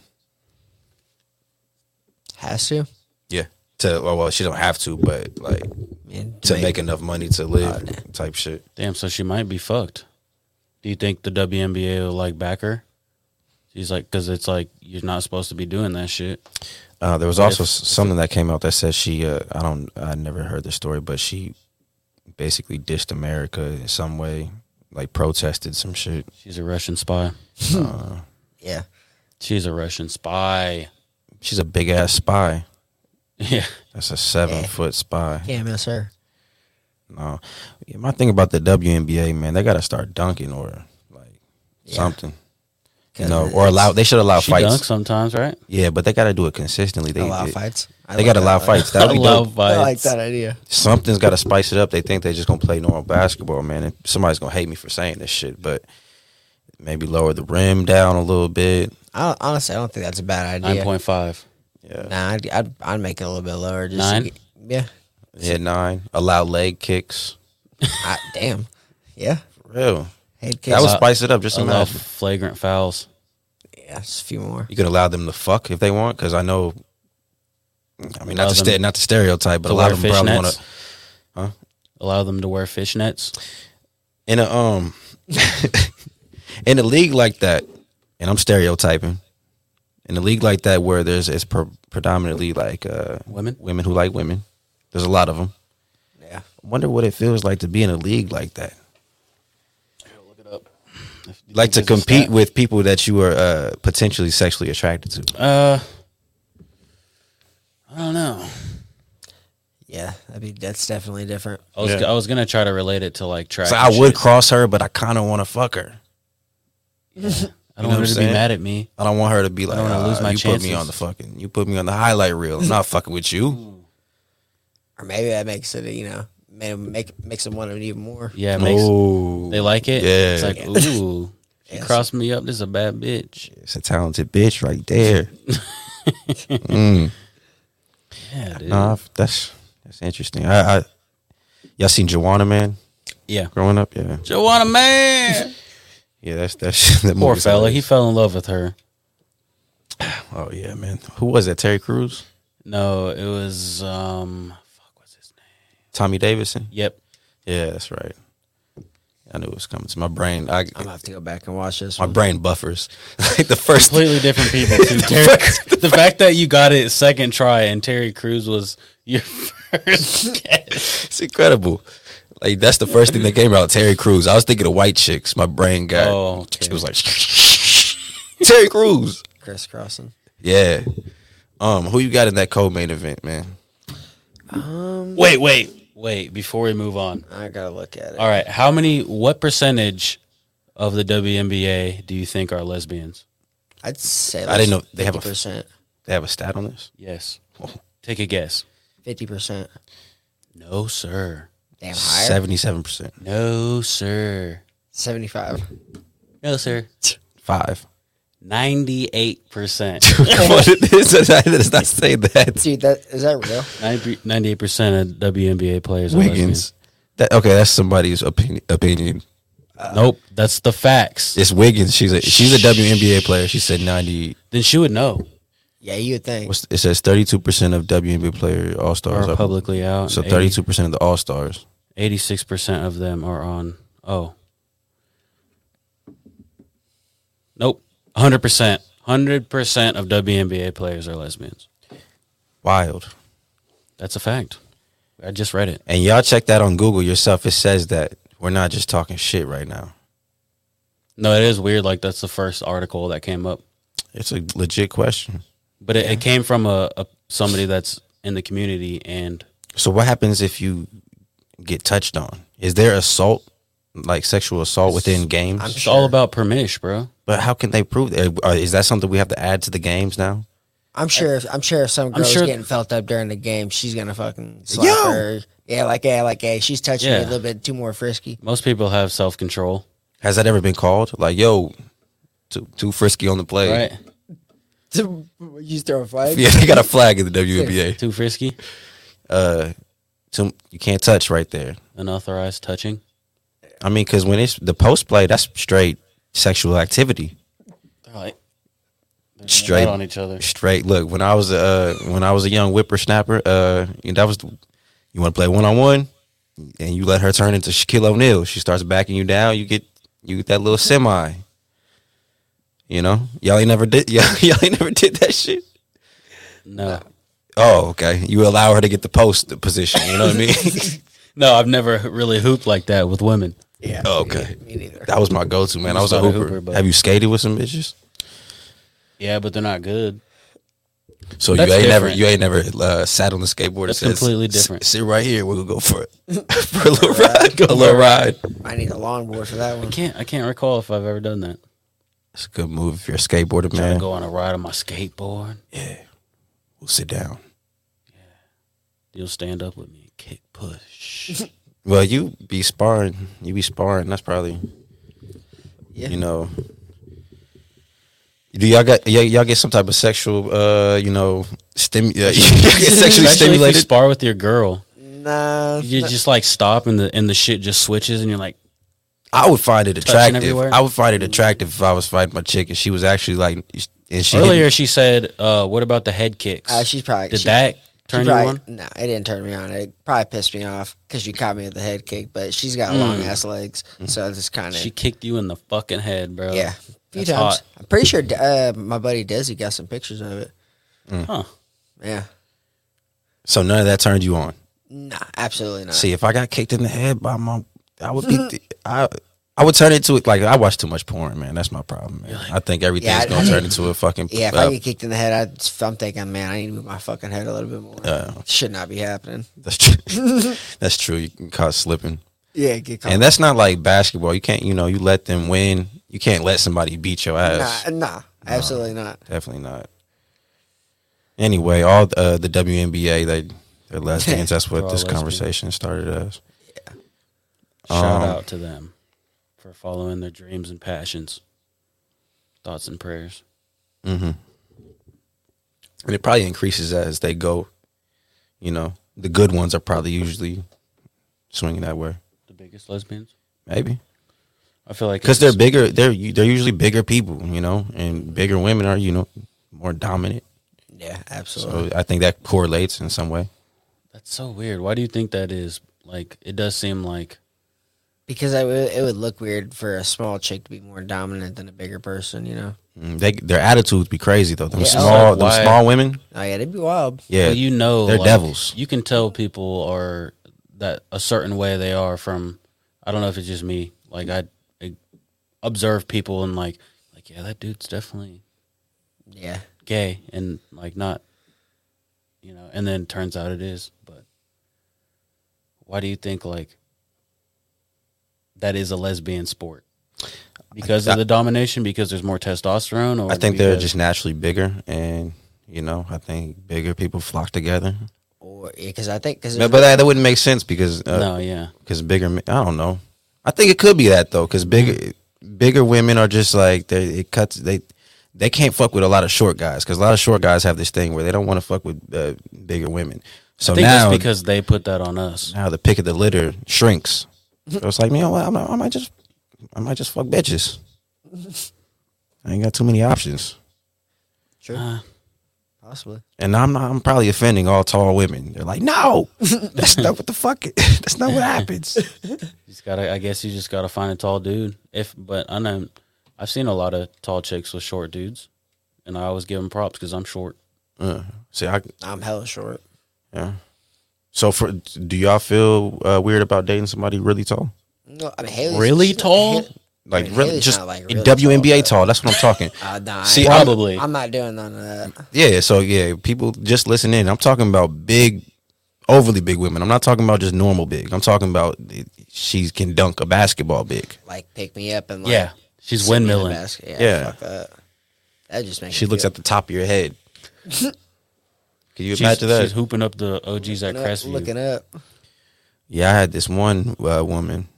Has to. Yeah. To well, well, she don't have to, but like I mean, to make, enough money to live, type shit. Damn, so she might be fucked. Do you think the WNBA will like back her? She's like, because it's like you're not supposed to be doing that shit. Uh, there was also s something that came out that said she. Uh, I don't. I never heard the story, but she basically dished America in some way, like protested some shit. She's a Russian spy. yeah. She's a Russian spy. She's a big ass spy. Yeah. That's a seven Yeah. foot spy. Can't miss her. No, Yeah, my thing about the WNBA man, they got to start dunking or like Yeah. something. You 'Cause know, it- or allow they should allow She fights. dunks sometimes, right? Yeah, but they got to do it consistently. They allow they- fights. I They like got to that allow one. fights. That'd be Allow dope. fights. I like that idea. something's got to spice it up. They think they're just gonna play normal basketball, man. And somebody's gonna hate me for saying this shit, but maybe lower the rim down a little bit. I don't, honestly, I don't think that's a bad Nine idea. point five. Yeah, Nah, I'd, I'd, I'd make it a little bit lower. Just Nine? To get, yeah. yeah, nine. Allow leg kicks. I, damn. Yeah. For real. Head That case. would Uh, spice it up. Just Allow imagine. flagrant fouls. yeah, just a few more. You could allow them to fuck if they want, because I know. I mean, not to Allow sta them not to stereotype, but to a lot wear of them probably fishnets? want to Allow them to wear fishnets. in a um in a league like that, and I'm stereotyping. In a league like that, where there's it's pre- predominantly like uh, Women? women who like women. There's a lot of them. Yeah. I wonder what it feels like to be in a league like that, like to Think there's a compete stat? with people that you are uh, potentially sexually attracted to. Uh, I don't know. Yeah. I mean, that's definitely different. I was Yeah. I was gonna try to relate it to like track. So I and would shit. cross her, but I kind of want to fuck her. I know don't want her what to I'm saying? be mad at me. I don't want her to be like, don't wanna "Ah, lose my you put me chances." on the fucking, you put me on the highlight reel. I'm not fucking with you. or maybe that makes it you know may- make makes them want it even more. Yeah, it makes Ooh. they like it. Yeah. It's like, ooh, she Yeah, so- crossed me up. This is a bad bitch. It's a talented bitch right there. Yeah, dude. Nah, I've- that's that's interesting. I, I y'all seen Joanna Man yeah. growing up? Yeah, Joanna man. yeah. That's that's that Poor movie's fella. He hilarious. fell in love with her. oh yeah, man. Who was that? Terry Crews, No, it was um fuck what's his name? Tommy Davidson. Yep. Yeah, that's right. I knew it was coming to my brain. I I'm gonna have to go back and watch this. my one. brain buffers like the first. Completely different people too. Terry, the fact that you got it second try and Terry Crews was your first guess. It's incredible. Like that's the first thing that came out. Terry Crews. I was thinking of white chicks. My brain got. Oh, okay. It was like Terry Crews. Chris Crossing. Yeah. Um, who you got in that co-main event, man? Wait, wait, wait, before we move on. I gotta look at it. All right. How many what percentage of the WNBA do you think are lesbians? I'd say I didn't know they have a- percent, They have a stat on this. Yes. Take a guess. fifty percent. No, sir. Damn higher. Seventy-seven percent. No, sir. Seventy five. No, sir. Five. 98%. What it is? That does not say that. Dude, that is that real? 98 percent of WNBA players. Are Wiggins. That okay? That's somebody's opinion. Opinion. lesbian. nope, that's the facts. It's Wiggins. She's a she's a WNBA player. She said ninety. then she would know. Yeah, you would think. What's, it says thirty-two percent of WNBA player all stars Are are publicly out. So thirty-two percent of the all stars. 86 percent of them are on. Oh, nope. 100 percent. 100 percent of WNBA players are lesbians. Wild. That's a fact. I just read it. And y'all check that on Google yourself. It says that we're not just talking shit right now. No, it is weird. Like that's the first article that came up, It's a legit question. but it, it came from a, a somebody that's in the community and So what happens if you get touched on? Is there assault, like sexual assault within games? I'm It's sure. all about permish, bro. but how can they prove that? Are- Is that something we have to add to the games now? I'm sure. If, I'm sure if some girl's sure- getting felt up during the game, she's gonna fucking slap Yo! her. Yeah, like yeah, like hey, she's touching me Yeah. a little bit too more frisky. Most people have self control, Has that ever been called? Like, yo, too too frisky on the play. right? you just throw a flag. Yeah, they got a flag in the WNBA. Too frisky, Too, you can't touch right there. unauthorized touching. I mean, because when it's the post play, that's straight sexual activity. They're like Straight on each other. straight look when i was uh when i was a young whippersnapper uh and that was the- you want to play one-on-one and you let her turn into shaquille o'neal she starts backing you down you get you get that little semi you know y'all ain't never did y'all, y'all ain't never did that shit No, oh okay you allow her to get the post position you know what i mean no, I've never really hooped like that with women. Yeah. Oh, okay Me neither. that was my go-to man i I'm was a not a hooper, hooper, but- have you skated with some bitches Yeah, but they're not good. so That's you ain't never different. you ain't never uh, sat on the skateboard That's and says, completely "S- different. sit right here we're gonna go for it for a little ride a little ride I need a longboard for that one. Can't I can't recall if I've ever done that. It's a good move if you're a skateboarder, Trying man. to go on a ride on my skateboard. We'll sit down. You'll stand up with me and kick push. Well, you be sparring. You be sparring. That's probably, Yeah. you know. Do y'all get y'all, y'all get some type of sexual, uh, you know, stim? Uh, you get sexually Especially if you stimulated. spar with your girl. Nah. You just like stop and the and the shit just switches and you're like, I would find it attractive. everywhere. I would find it attractive if I was fighting my chick and she was actually like, and she Earlier she said, uh, "What about the head kicks?" Uh, she's probably Did she- that she turn probably- you on? No, it didn't turn me on. It probably pissed me off because you caught me with the head kick. But she's got long ass legs, so it's kind of Hmm. She kicked you in the fucking head, bro. yeah. A few That's times. hot. I'm pretty sure uh, my buddy Desi got some pictures of it. Huh. Yeah. So none of that turned you on. Nah, absolutely not. See, if I got kicked in the head by my, I would be, I, I would turn into it like I watch too much porn, man. That's my problem, man. I think everything's Yeah, I- gonna I turn think- into a fucking. Yeah, if uh, I get kicked in the head, I'd, I'm thinking, man, I need to move my fucking head a little bit more. Should not be happening. uh, that's true. that's true. You can caught slipping, Yeah, get caught. and that's not like basketball. You can't, you know, you let them win. You can't let somebody beat your ass. nah, nah, absolutely not. Definitely not. Anyway, all uh, the WNBA they They're lesbians. That's They're what all this lesbian. conversation started as. Shout Um, out to them for following their dreams and passions, thoughts and prayers. Mm-hmm. And it probably increases as they go. You know, the good ones are probably usually swinging that way. The biggest lesbians. Maybe I feel like because it's- they're bigger. They're they're usually bigger people. You know, and bigger women are you know more dominant. Yeah, absolutely. So I think that correlates in some way. That's so weird. Why do you think that is? Like, it does seem like Because I would- it would look weird for a small chick to be more dominant than a bigger person, you know? Mm, They their attitudes be crazy though. Them Yeah, small, like them why- small women. Oh, yeah, they'd be wild. Yeah, well, you know they're like, devils. You can tell people are that a certain way they are from. I don't know if it's just me. Like I, I observe people and like like yeah, that dude's definitely Yeah. gay and like not, you know. And then turns out it is. But why do you think like that is a lesbian sport? Because of the domination, because there's more testosterone, or I think they're because- just naturally bigger, and you know, I think bigger people flock together. Or, because I think, because No, but that, that wouldn't make sense because uh, no, yeah. because bigger. men- I don't know. I think it could be that though, because bigger bigger women are just like they it cuts they they can't fuck with a lot of short guys because a lot of short guys have this thing where they don't want to fuck with uh, bigger women. So I think now it's because they put that on us. now the pick of the litter shrinks. So it's like, you know what? I'm not, I might just, I might just fuck bitches. I ain't got too many options, Sure. Uh, possibly. and I'm not. I'm probably offending all tall women. They're like, no, that's not what the fuck. That's not what happens. You just gotta. I guess you just gotta find a tall dude. If but I know I've seen a lot of tall chicks with short dudes, and I always give them props because I'm short. Uh, see, I I'm hella short. yeah. So for do y'all feel uh, weird about dating somebody really tall? No, I mean, Haley's Really she's not- tall? Hal- Like I mean, really, Haley's just not, like, in really WNBA tall, tall. That's what I'm talking. Uh, nah, I See, ain't- I'm- Probably. I'm, not doing none of that. Yeah, so yeah, people just listen in. I'm talking about big, overly big women. I'm not talking about just normal big. I'm talking about she can dunk a basketball big. Like, pick me up and like. Yeah, she's sit me in the windmilling. basket. Yeah, Yeah. Fuck that. That just makes She me looks feel- at the top of your head. can you She's, imagine that? she's hooping up the OGs looking at up, Crestview. looking up. Yeah, I had this one uh, woman.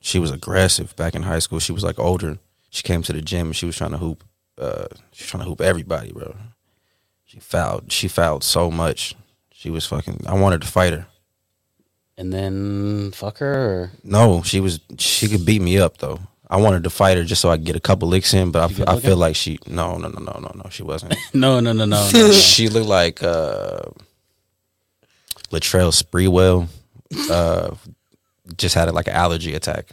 She was aggressive back in high school. She was like older. She came to the gym and she was trying to hoop. Uh, she was trying to hoop everybody, bro. She fouled. She fouled so much. She was fucking. I wanted to fight her. And then fuck her. Or No, she was. She could beat me up though. I wanted to fight her just so I could get a couple licks in, but I, good f- I looking? feel like she. No, no, no, no, no, no. She wasn't. no, no, no, no. no, no. Um, she looked like uh, Latrell Sprewell. Uh, just had like an allergy attack.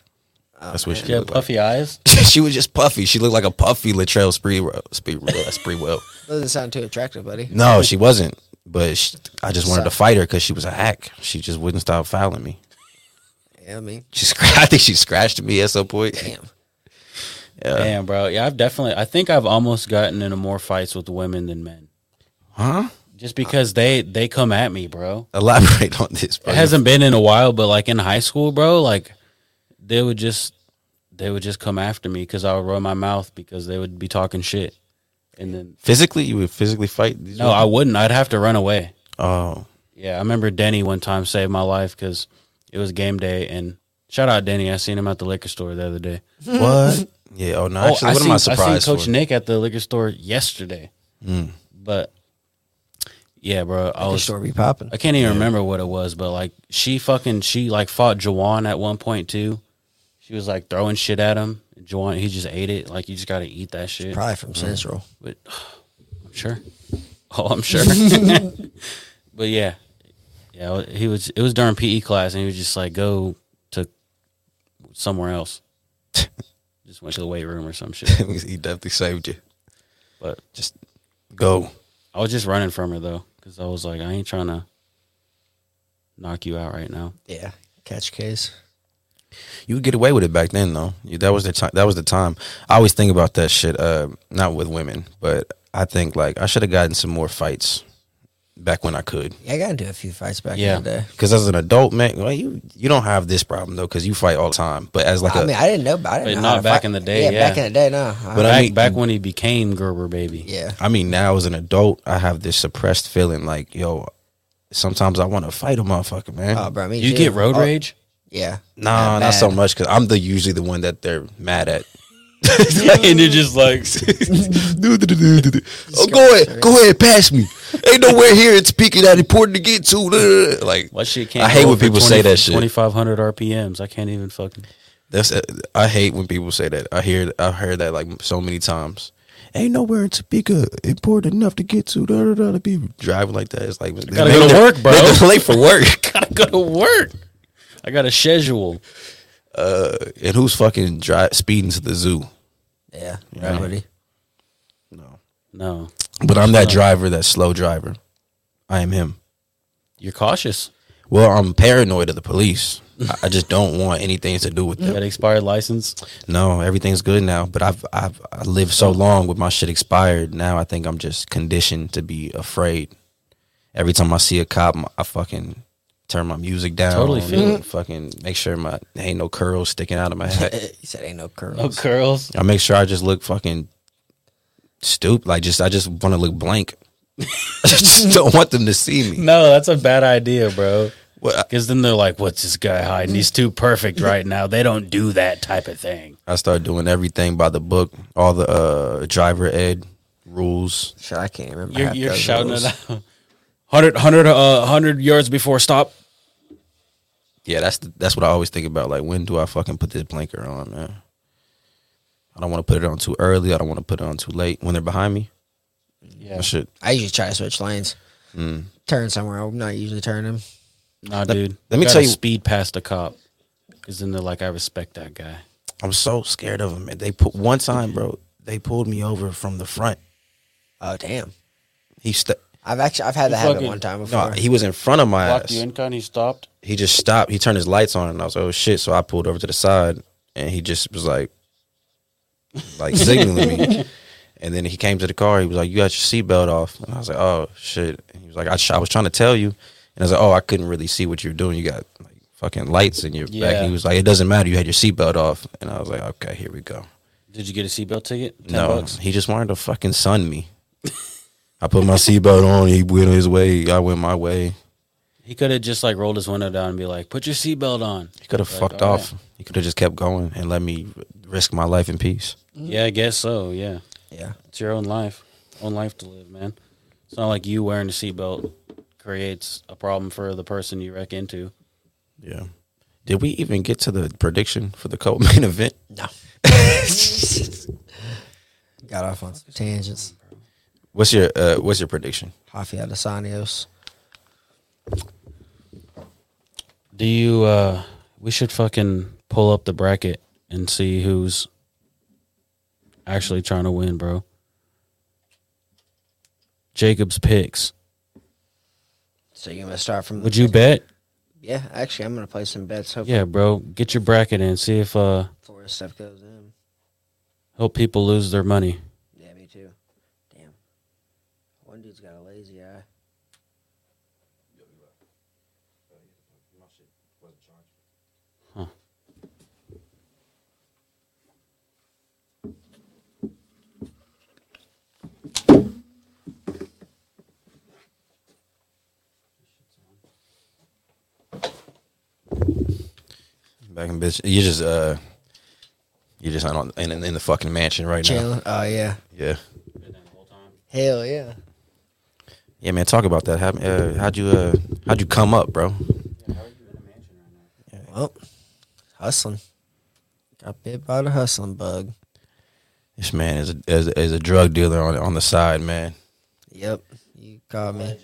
That's what she she had looked like. puffy eyes. she was just puffy. She looked like a puffy Latrell Sprewell. Sprewell. uh, Sprewell. Doesn't sound too attractive, buddy. No, she wasn't. But she, I just wanted to fight her because she was a hack. She just wouldn't stop fouling me. Yeah, I mean, She, scr- I think she scratched me at some point. damn. Damn, bro. Yeah, I've definitely. I think I've almost gotten into more fights with women than men, Huh? just because they they come at me, bro. Elaborate on this. Bro. It hasn't been in a while, but like in high school, bro, like they would just they would just come after me because I would run my mouth because they would be talking shit, and then physically, you would physically fight. These no, I wouldn't. I'd have to run away. oh, Yeah, I remember Denny one time saved my life because it was game day, and shout out Denny. I seen him at the liquor store the other day. what? Yeah. Oh no. Oh, Actually, I what seen, am I surprised seen Coach for? Hmm. Nick at the liquor store yesterday, but yeah, bro, I The was store be popping. I can't even remember what it was, but like she fucking she like fought Jawan at one point too. She was like throwing shit at him. Jawan he just ate it. Like you just gotta eat that shit. Probably from Central. But I'm sure. Oh, I'm sure. but yeah, yeah. He was. It was during PE class, and he was just like, "Go to somewhere else." just went to the weight room or some shit. he definitely saved you. But Just go. I was just running from her though, because I was like, "I ain't trying to knock you out right now." Yeah. Catch case. You could get away with it back then, though. You- That was the time. That was the time. I always think about that shit. Uh, not with women, but I think like I should have gotten some more fights back when I could. Yeah, I got into a few fights back Yeah. in the day. Because as an adult man, well, you you don't have this problem though, because you fight all the time. But as like a I mean, I didn't know about it. But not back in the day, Yeah, back yeah. in the day, no. But But I back, mean- back when he became Gerber Baby. yeah, I mean, now as an adult, I have this suppressed feeling like, yo, sometimes I want to fight a motherfucker, man. Oh, bro, me You too. get road Oh, rage? Yeah. nah, Not not so bad. much because I'm the usually the one that they're mad at. and you're just like, Do, do, do, do, do, do. oh, go Oh, ahead, go ahead, pass me. Ain't nowhere here it's peaking that important to get to. Like what shit can't I hate go when over people say that shit. 2,500 RPMs. I can't even fucking. That's uh, I hate when people say that. I hear I've heard that like so many times. Ain't nowhere in Topeka important enough to get to. Da, da, da, to be driving like that. It's like gotta go to work, bro. They're late for work. Gotta go to work. I got a schedule. and who's fucking dri speeding to the zoo? Yeah. Yeah. Nobody. No. No, But I'm that driver, that slow driver. I am him. you're cautious. Well, I'm paranoid of the police. I- I just don't want anything to do with You them. got an expired license. No, everything's good now. But I've I've I lived so long with my shit expired. Now I think I'm just conditioned to be afraid. Every time I see a cop, m- I fucking turn my music down. Totally feel it. Fucking make sure my ain't no curls sticking out of my he head. said ain't no curls. No curls. I make sure I just look fucking stupid. Like just I just want to look blank. I just don't want them to see me. No, that's a bad idea, bro. Well, I- Because then they're like, "What's this guy hiding? He's too perfect right now. They don't do that type of thing." I start doing everything by the book, all the uh, driver ed rules. Shit, I can't remember. You're, half you're those shouting rules. it out. 100, 100, uh, 100 yards before stop. Yeah, that's the, that's what I always think about. Like, when do I fucking put this blinker on, man? I don't want to put it on too early. I don't want to put it on too late. When they're behind me, Yeah. shit. I usually try to switch lanes. Mm. Turn somewhere. I'm not usually turning. Nah, dude. let me gotta tell you- speed past a cop. Because then they're like, "I respect that guy." I'm so scared of them. Man. They put one time, bro. They pulled me over from the front. Oh damn. He st- I've actually I've had that fucking- happen one time before. no, he was in front of my ass. Blocked the incon. He stopped. He just stopped. He turned his lights on, and I was like, oh shit. So I pulled over to the side, and he just was like, like signaling me. And then he came to the car. He was like, "You got your seatbelt off," and I was like, "Oh shit!" And he was like, I, sh- "I was trying to tell you," and I was like, "Oh, I couldn't really see what you were doing. You got like fucking lights in your back." Yeah. And he was like, "It doesn't matter. You had your seatbelt off," and I was like, "Okay, here we go." Did you get a seatbelt ticket? Ten no, bucks. he just wanted to fucking sun me. I put my seatbelt on. He went his way. I went my way. He could have just like rolled his window down and be like, "Put your seatbelt on." He could have Like, fucked all off. He could have just kept going and let me r- risk my life in peace. Yeah, I guess so. Yeah, yeah. it's your own life, own life to live, man. It's not like you wearing a seatbelt creates a problem for the person you wreck into. Yeah. Did we even get to the prediction for the co-main event? No. Got off on some tangents. What's your uh, What's your prediction? Rafael dos Anjos. Do you? uh We should fucking pull up the bracket and see who's actually trying to win, bro. Jacob's picks. So you gonna start from? the Would you bet? Yeah, actually, I'm gonna play some bets. Hopefully, Yeah, bro. Get your bracket in. See if uh before this stuff goes in. help people lose their money. Yeah, me too. Damn. One dude's got a lazy eye. Back in bitch, you just uh, you just on in, in in the fucking mansion right now. Jalen. Oh yeah. Yeah, Hell yeah. yeah, man. Talk about that. How, uh, how'd you uh, How'd you come up, bro? Well, hustling. Got bit by the hustling bug. This man is a, is, a- is a drug dealer on on the side, man. Yep. You called me.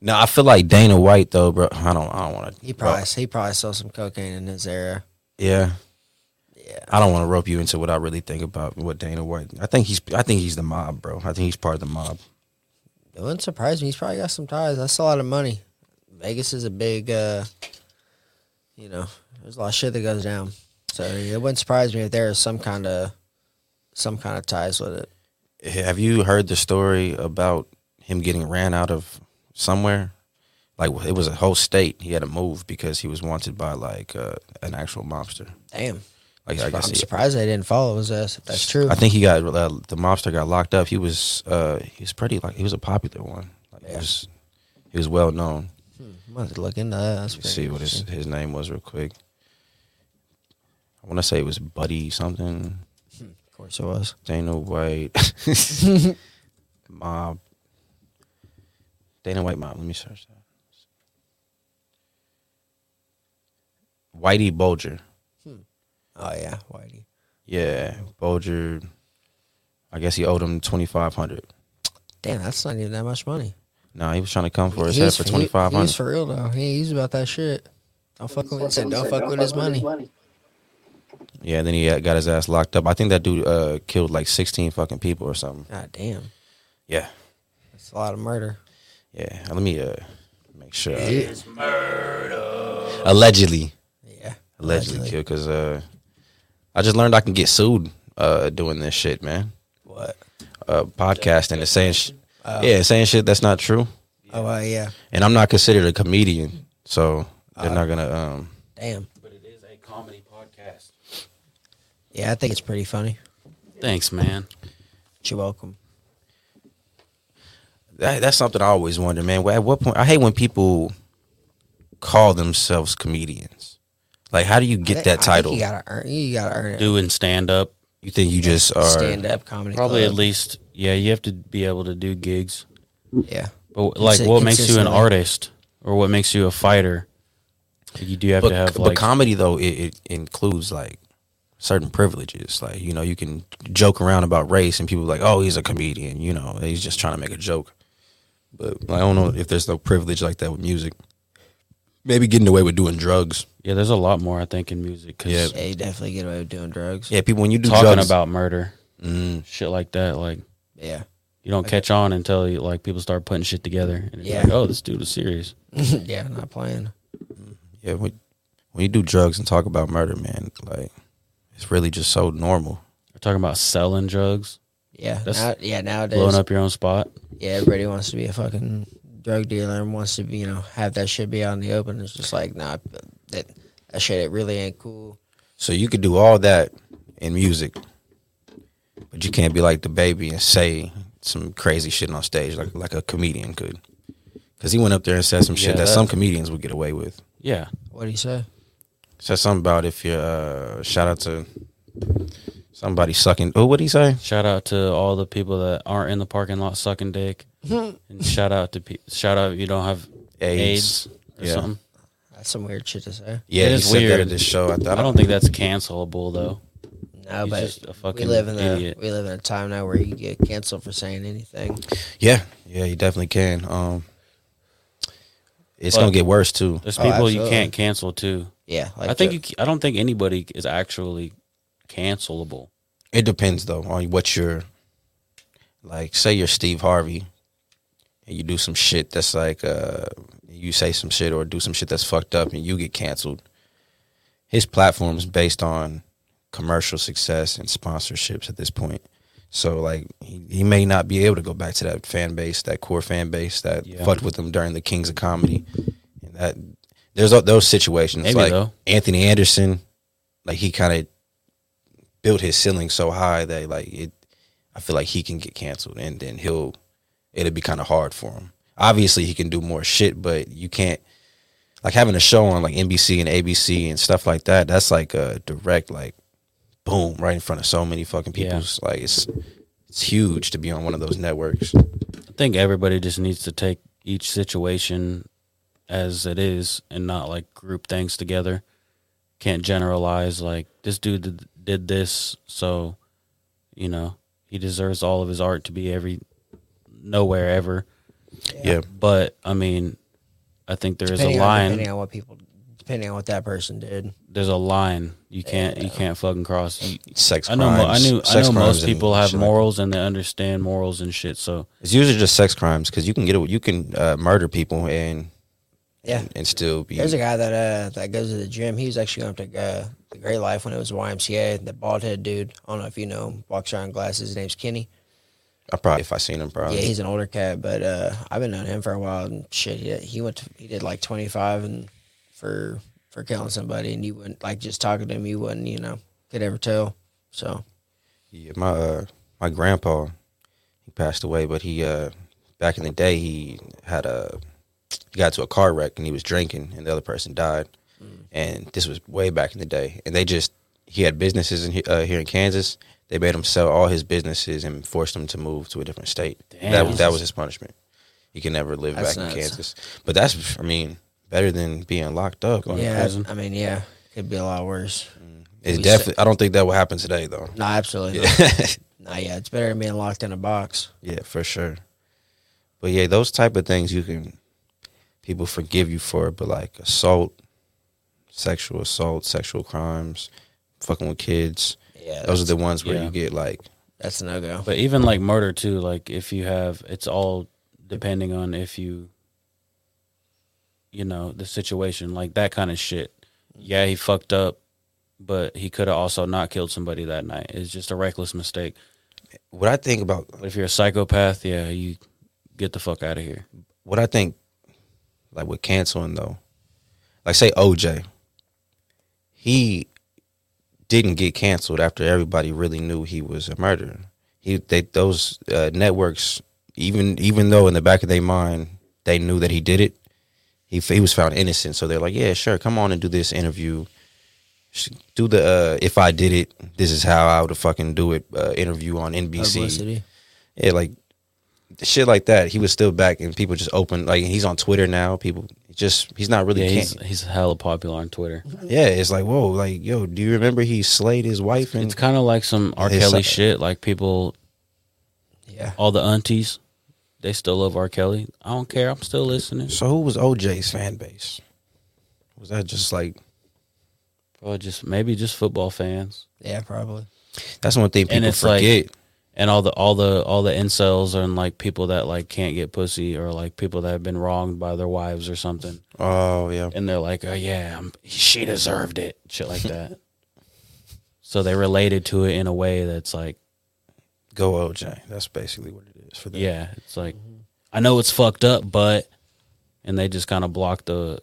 No, I feel like Dana White though, bro. I don't I don't want to. He probably he probably sold some cocaine in his era. yeah. Yeah. I don't want to rope you into what I really think about what Dana White. I think he's I think he's the mob, bro. I think he's part of the mob. It wouldn't surprise me. He's probably got some ties. That's a lot of money. Vegas is a big, uh, you know, there's a lot of shit that goes down. So it wouldn't surprise me if there is some kind of, some kind of ties with it. Have you heard the story about him getting ran out of somewhere? Like it was a whole state. He had to move because he was wanted by like uh, an actual mobster. Damn. Like I I'm guess he- surprised they didn't follow his ass. If that's true. I think he got uh, the mobster got locked up. He was uh, he was pretty like he was a popular one. Like, he Yeah. was He was well known. I'm gonna Hmm, have to look into that. That's Let's pretty see what his interesting. his name was real quick. I want to say it was Buddy something. Of course it was. Dana White. mob. Dana White mob. Let me search that. Whitey Bulger. Oh yeah, Whitey. Yeah, Bulger. I guess he owed him twenty five hundred. Damn, that's not even that much money. No, he was trying to come for his He's- head for he- twenty five He's hundred. for real though. He, he's about that shit. Don't fuck with. He said, don't fuck with his money. Yeah, then he had- got his ass locked up. I think that dude uh, killed like sixteen fucking people or something. God damn, Yeah, that's a lot of murder. yeah. Let me uh, make sure. Allegedly. Yeah, allegedly, killed because uh, I just learned I can get sued uh, doing this shit, man. What? Uh, podcasting and saying, sh- Uh, yeah, saying shit that's not true, Oh uh, yeah. and I'm not considered a comedian, so Uh, they're not gonna. Um, Damn. But it is a comedy podcast. Yeah, I think it's pretty funny. Thanks, man. You're welcome. that, that's something I always wonder, man. At what point? I hate when people call themselves comedians. Like, how do you I get think- that I think title? You You, gotta earn. You gotta earn it. Doing stand up. think you just are? Stand up comedy. Probably at club. least, yeah, you have to be able to do gigs. Yeah. But like, what makes you an consistently. artist or what makes you a fighter? You do have But, to have but like comedy though, it, it includes like certain privileges. Like you know, you can joke around about race, and people are like, oh, he's a comedian. You know, he's just trying to make a joke. But I don't know if there's no privilege like that with music. Maybe getting away with doing drugs. yeah. There's a lot more I think in music because Yeah. Yeah, you definitely get away with doing drugs. Yeah, people when you do talking drugs, about murder, mm, shit like that, like Yeah. you don't catch on until you, like people start putting shit together. And it's Yeah. like, oh, this dude is serious. yeah, not playing. yeah, when, when you do drugs and talk about murder, man, like it's really just so normal. We're talking about selling drugs, Yeah. That's now- yeah, nowadays. blowing up your own spot. Yeah, everybody wants to be a fucking drug dealer and wants to, be, you know, have that shit be out in the open. It's just like, nah, that, that shit it really ain't cool. So you could do all that in music, but you can't be like the baby and say some crazy shit on stage like like a comedian could. Because he went up there and said some shit Yeah, that that- some comedians would get away with. Yeah, What do you say? Said something about if you're uh, shout out to somebody sucking. Oh, what would he say? Shout out to all the people that aren't in the parking lot sucking dick, and shout out to pe- shout out if you don't have AIDS. AIDS, or Yeah. something. That's some weird shit to say. Yeah, It he is said that weird. at this show. I I thought. don't think that's cancelable though. No, He's but just a fucking we live in idiot. a Oh, we live in a time now where you get canceled for saying anything. yeah, yeah, you definitely can. Um, it's But- gonna get worse too. There's Oh, people you absolutely. can't cancel too. Yeah, like I think the- you. ca- I don't think anybody is actually cancelable. It depends though on what you're like say you're Steve Harvey and you do some shit that's like uh you say some shit or do some shit that's fucked up and you get canceled. His platform's based on commercial success and sponsorships at this point. So like he, he may not be able to go back to that fan base, that core fan base that Yeah. fucked with him during the Kings of Comedy. And that there's tho- those situations Maybe, like though. Anthony Anderson, like he kind of built his ceiling so high that like it I feel like he can get canceled and then he'll it'll be kind of hard for him. Obviously he can do more shit, but you can't like having a show on like NBC and ABC and stuff like that, that's like a direct like boom right in front of so many fucking Yeah. people's like it's it's huge to be on one of those networks. I think everybody just needs to take each situation as it is and not like group things together. Can't generalize like this dude did, did this, so you know he deserves all of his art to be every nowhere ever. Yeah. But I mean, I think there is a depending on- line. depending on what people depending on what that person did. There's a line you can't you can't fucking cross. You- Sex I know. mo- I crimes. knew. I sex know crimes most and people have shit like- morals and they understand morals and shit. So It's usually just sex crimes because you can get a, you can uh, murder people and Yeah. and, and still be There's a guy that uh that goes to the gym. He was actually going up to uh, the Great Life when it was YMCA. The bald head dude. I don't know if you know him. Walks around in glasses. His name's Kenny. I probably if I seen him probably Yeah, he's an older cat, but uh, I've been knowing him for a while. And shit, he, he went to, he did like 25 and for for killing somebody, and you wouldn't like just talking to him. You wouldn't, you know, could ever tell. So Yeah, my uh, my grandpa, he passed away, but he uh, back in the day he had a he got to a car wreck and he was drinking, and the other person died. Mm. And this was way back in the day. And they just he had businesses in, he- uh, here in Kansas. They made him sell all his businesses and forced him to move to a different state. Damn. That was that was his punishment. He can never live back That's in nuts. Kansas. But that's I mean better than being locked up. Like, yeah, prison. I mean, yeah, could be a lot worse. It's We definitely. I don't think that will happen today though. No, absolutely. not. Yeah. Nah, yeah, it's better than being locked in a box. Yeah, for sure. But yeah, those type of things you can people forgive you for, but like assault, sexual assault, sexual crimes, fucking with kids. Yeah, Those are the ones where yeah. you get like that's a no go. But even like murder too, like if you have, it's all depending on if you, you know, the situation, like that kind of shit. Yeah, he fucked up, but he could have also not killed somebody that night. It's just a reckless mistake. what I think about But if you're a psychopath, yeah, you get the fuck out of here. what I think like with canceling though. Like say OJ. He didn't get canceled after everybody really knew he was a murderer. He they those uh, networks even even though in the back of their mind they knew that he did it, he he was found innocent. So they're like, yeah, sure, come on and do this interview, Sh- do the uh, if I did it, this is how I would fucking do it uh, interview on NBC. Publicity. Yeah, like shit like that. He was still back, and people just open like he's on Twitter now. People just he's not really Yeah, can he's he's hella popular on Twitter. yeah. It's like whoa, like yo, do you remember he slayed his wife and It's kind of like some R. His- Kelly shit. Like people, Yeah, all the aunties, they still love R. Kelly. I don't care. I'm still listening. so who was OJ's fan base? Was that just like Or just maybe just football fans. yeah, probably. that's one thing And people it's like- forget? and all the all the all the incels and like people that like can't get pussy or like people that have been wronged by their wives or something oh yeah, and they're like oh yeah I'm, she deserved it shit like that so they related to it in a way that's like go OJ. That's basically what it is for them. yeah it's like i know it's fucked up but and they just kind of block the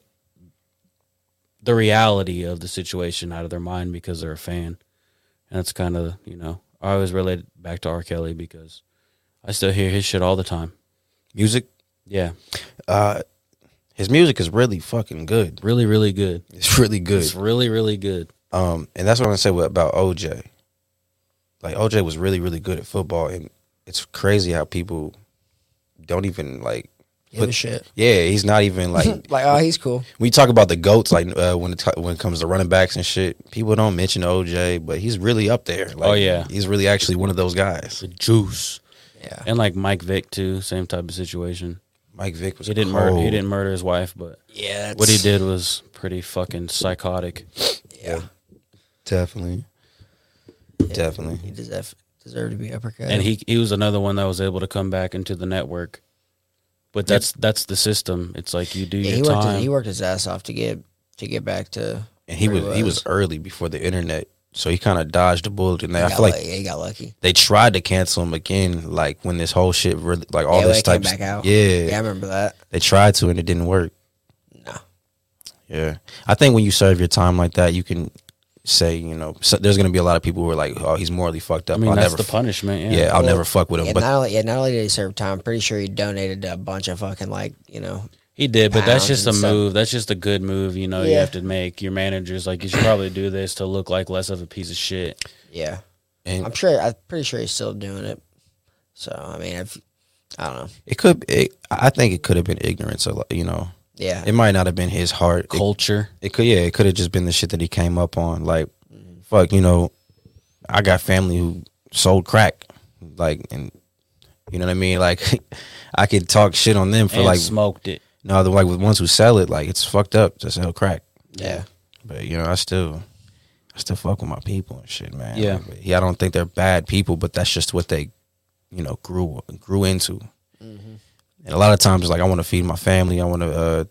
the reality of the situation out of their mind because they're a fan and it's kind of you know i always relate it back to r kelly because i still hear his shit all the time music. yeah Uh, his music is really fucking good. really really good It's really good. it's really really good Um, and that's what I'm gonna say with- about OJ. Like OJ was really, really good at football, and it's crazy how people don't even like. Give a shit. Yeah, he's not even like. Like, oh, he's cool. we talk about the goats, like uh, when it t- when it comes to running backs and shit. People don't mention OJ, but he's really up there. Like, Oh, yeah. he's really actually one of those guys. the juice Yeah, and like mike vick too same type of situation Mike Vick was. he didn't cold. murder he didn't murder his wife but yeah. That's, what he did was pretty fucking psychotic Yeah, Definitely. Definitely. he deserve deserve to be uppercut. and he he was another one that was able to come back into the network but that's that's the system it's like you do yeah, your he worked time his, he worked his ass off to get to get back to. And he where was, he was early before the internet, so he kind of dodged a bullet. And He I got feel like lu- he got lucky. they tried to cancel him again, like when this whole shit really, like all yeah, this when it type. came back out. Yeah, yeah, I remember that. they tried to and it didn't work. No, Yeah, I think when you serve your time like that, you can say, you know, so there's gonna be a lot of people who are like, oh, he's morally fucked i up. mean I'll that's never, the f- punishment yeah, yeah, I'll Well, never fuck with him. yeah, but not only yeah, not only did he serve time, I'm pretty sure he donated a bunch of fucking like you know he did but that's just a Pounds and stuff. move that's just a good move you know you Yeah. have to make your managers like you should probably do this to look like less of a piece of shit yeah. and I'm sure I'm pretty sure he's still doing it. So I mean, if I don't know, it could, it, I think it could have been ignorance. Or like, you know, yeah, it might not have been his heart. It, culture it could, yeah, it could have just been the shit that he came up on. Like, fuck, you know, I got family who sold crack, like, and you know what I mean. Like, I could talk shit on them for and like smoked it No, the like with ones who sell it, like it's fucked up to sell crack. yeah, But you know, I still, I still fuck with my people and shit, man. Yeah. Like, yeah. I don't think they're bad people, but that's just what they, you know, grew grew into. Mm-hmm. And a lot of times, like I want to feed my family, I want to uh,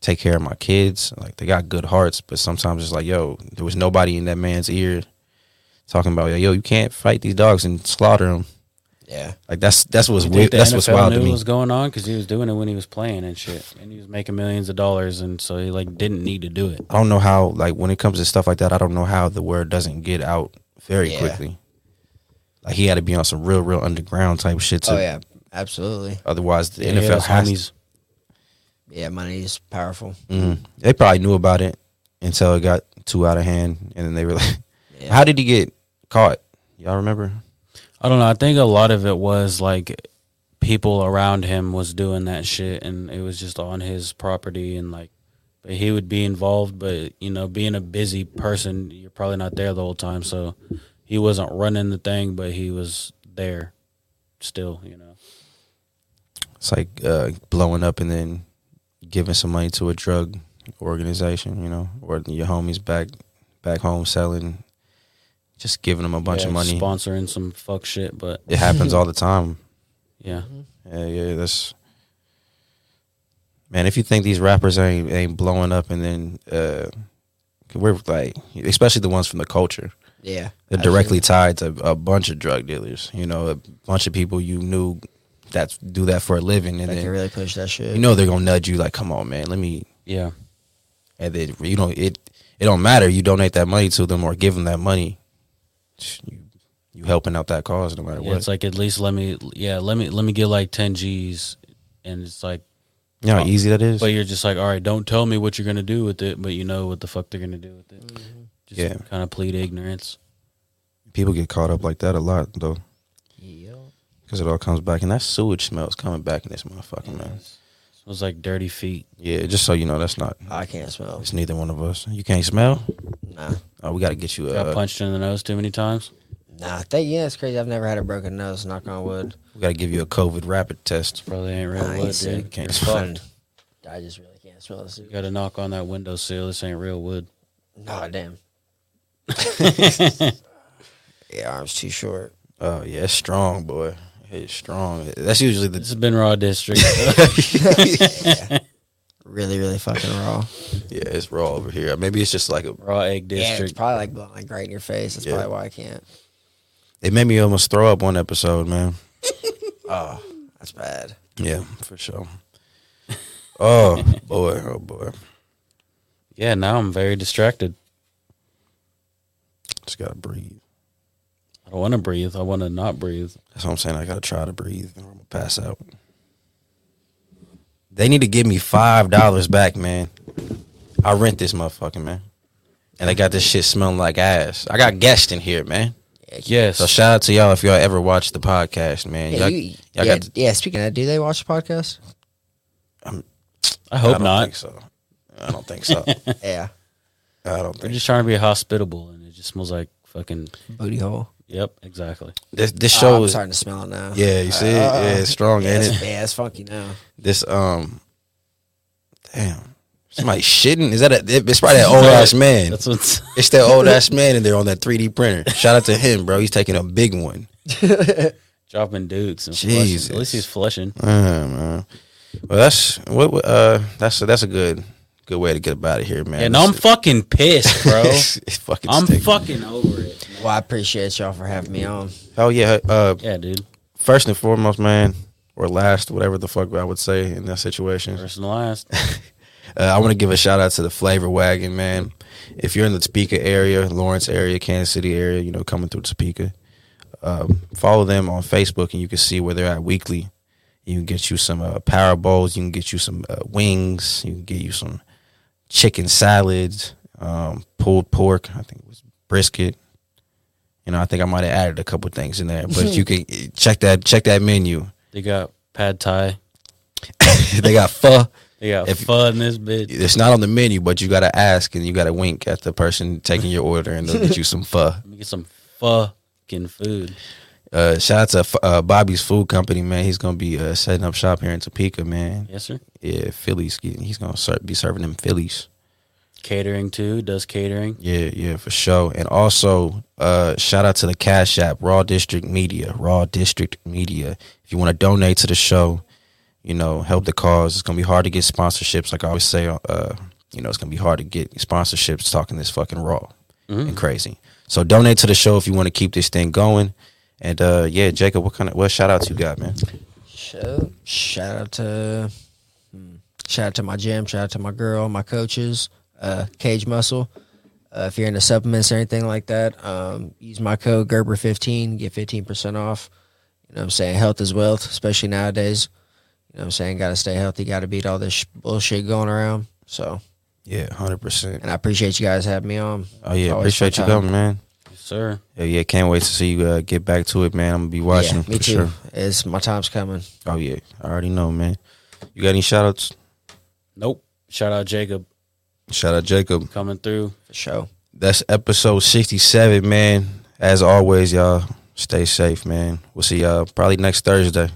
take care of my kids. Like they got good hearts, but sometimes it's like, yo, there was nobody in that man's ear talking about, yo, you can't fight these dogs and slaughter them. yeah. Like that's that's what's You weird. think the That's what's NFL wild to knew me. what was going on because he was doing it when he was playing and shit, and he was making millions of dollars, and so he like didn't need to do it. I don't know how like when it comes to stuff like that, I don't know how the word doesn't get out very Yeah. quickly. Like he had to be on some real, real underground type shit. To, oh yeah, absolutely. Otherwise, the Yeah, he had NFL his has. homies. yeah, money is powerful. Mhm. They probably knew about it until it got too out of hand, and then they were like, Yeah. "How did he get caught? Y'all remember?" I don't know. I think a lot of it was like people around him was doing that shit, and it was just on his property, and like, but he would be involved. But you know, being a busy person, you're probably not there the whole time, so he wasn't running the thing, but he was there still. You know, It's like uh, blowing up and then giving some money to a drug organization, you know, or your homies back back home selling, just giving them a bunch Yeah, of money. sponsoring some fuck shit, but it happens all the time. yeah, Yeah, yeah, that's man. If you think these rappers ain't ain't blowing up, and then uh, we're like, especially the ones from the culture, Yeah. they're directly tied to a bunch of drug dealers. You know, a bunch of people you knew that do that for a living, and They then can really push that shit. you know they're gonna nudge you like, "Come on, man, let me." yeah, And then you know it. It don't matter. You donate that money to them or give them that money. You you helping out that cause no matter yeah. what. It's like at least let me, yeah, let me let me get like ten G's, and it's like. you know how easy that is. But you're just like, all right, don't tell me what you're gonna do with it, but you know what the fuck they're gonna do with it. Mm-hmm. Just Yeah. kind of plead ignorance. People get caught up like that a lot though. Yeah. Because it all comes back, and that sewage smell is coming back in this motherfucker, man. Smells like dirty feet. Yeah, just so you know, that's not. I can't smell. It's neither one of us. You can't smell. Nah. Oh, we gotta get you Got a. punched in the nose too many times. Nah. That, yeah, it's crazy. I've never had a broken nose, knock on wood. We gotta give you a COVID rapid test. Probably ain't real Nah, I ain't wood, sick. dude. Can't You're smell. fucked. I just really can't smell this. You got to knock on that windowsill. This ain't real wood. Nah, damn. yeah, arm's too short. Oh yeah, it's strong, boy. It's strong. That's usually the. This has been Raw District. Really, really fucking raw. Yeah, it's raw over here. Maybe it's just like a. raw Egg Yeah, it's District. probably like blowing like right in your face. That's Yeah. probably why I can't. It made me almost throw up one episode, man. That's bad. Yeah, for sure. Oh boy, oh boy. yeah, now I'm very distracted. Just gotta breathe. I don't want to breathe. I want to not breathe. That's what I'm saying. I gotta try to breathe, or I'm gonna pass out. They need to give me five dollars back, man. I rent this motherfucker, man, and I got this shit smelling like ass. I got guests in here, man. Yes. So shout out to y'all if y'all ever watch the podcast, man. Yeah, Y'all, you, y'all yeah, got. yeah, speaking of that, do they watch the podcast? I I hope don't not. think so. I don't think so. yeah. I don't We're think. just trying to be hospitable, and it just smells like fucking. Booty hole. Yep, exactly. This, this Oh, show I'm is. starting to smell it now. Yeah, you see it. Yeah, it's strong, Yeah, ain't it's, it? yeah, it's funky now. This um. Damn. Somebody shitting? Is that a? It's probably that old ass man. That's what's. It's that old ass man in there on that 3D printer. Shout out to him, bro. He's taking a big one. dropping dukes and Jesus. flushing. At least he's flushing. Uh, man. Well, that's what. what, Uh, that's a, that's a good good way to get about it here, man. And I'm fucking pissed, bro. It's- it's fucking I'm stinking. fucking over it. man. Well, I appreciate y'all for having me on. Oh yeah. Uh, Yeah, dude. first and foremost, man, or last, whatever the fuck I would say in that situation. First and last. Uh, I want to give a shout out to the Flavor Wagon, man. If you're in the Topeka area, Lawrence area, Kansas City area, you know, coming through Topeka, um, follow them on Facebook and you can see where they're at weekly. You can get you some uh, power bowls. You can get you some uh, wings. You can get you some chicken salads, um, pulled pork. I think it was brisket. You know, I think I might have added a couple things in there, but you can check that check that menu. They got pad thai. they got pho. They got If- fun in this bitch. it's not on the menu, but you gotta ask and you gotta wink at the person taking your order, and they'll get you some pho. Let me get some fucking food. Uh, shout out to uh, Bobby's Food Company, man. He's gonna be uh, setting up shop here in Topeka, man. Yes, sir. Yeah, Phillies. He's gonna ser- be serving them Phillies. Catering too. Does catering. Yeah, yeah, for sure. And also, uh, shout out to the Cash App, Raw District Media, Raw District Media. If you want to donate to the show, you know, help the cause. It's gonna be hard to get sponsorships, like I always say. Uh, you know, it's gonna be hard to get sponsorships talking this fucking raw Mm-hmm. and crazy. So donate to the show if you want to keep this thing going. And uh, yeah, Jacob, what kind of what shout outs you got, man? Shout, shout out to hmm, shout out to my gym, shout out to my girl, my coaches, uh, Cage Muscle. Uh, if you're into supplements or anything like that, um, use my code Gerber15, get 15% off. You know what I'm saying? Health is wealth, especially nowadays. You know what I'm saying? Got to stay healthy. Got to beat all this sh- bullshit going around. So, Yeah, hundred percent. and I appreciate you guys having me on. Oh yeah, Always appreciate you fun coming, time. man. sir. Yeah, yeah, can't wait to see you uh, get back to it, man. I'm gonna be watching yeah, me for too. sure. It's my time's coming. Oh yeah, I already know, man. You got any shout outs? Nope. Shout out Jacob Shout out Jacob. coming through. For sure. That's episode 67, man. As always, y'all, stay safe, man. We'll see y'all probably next Thursday.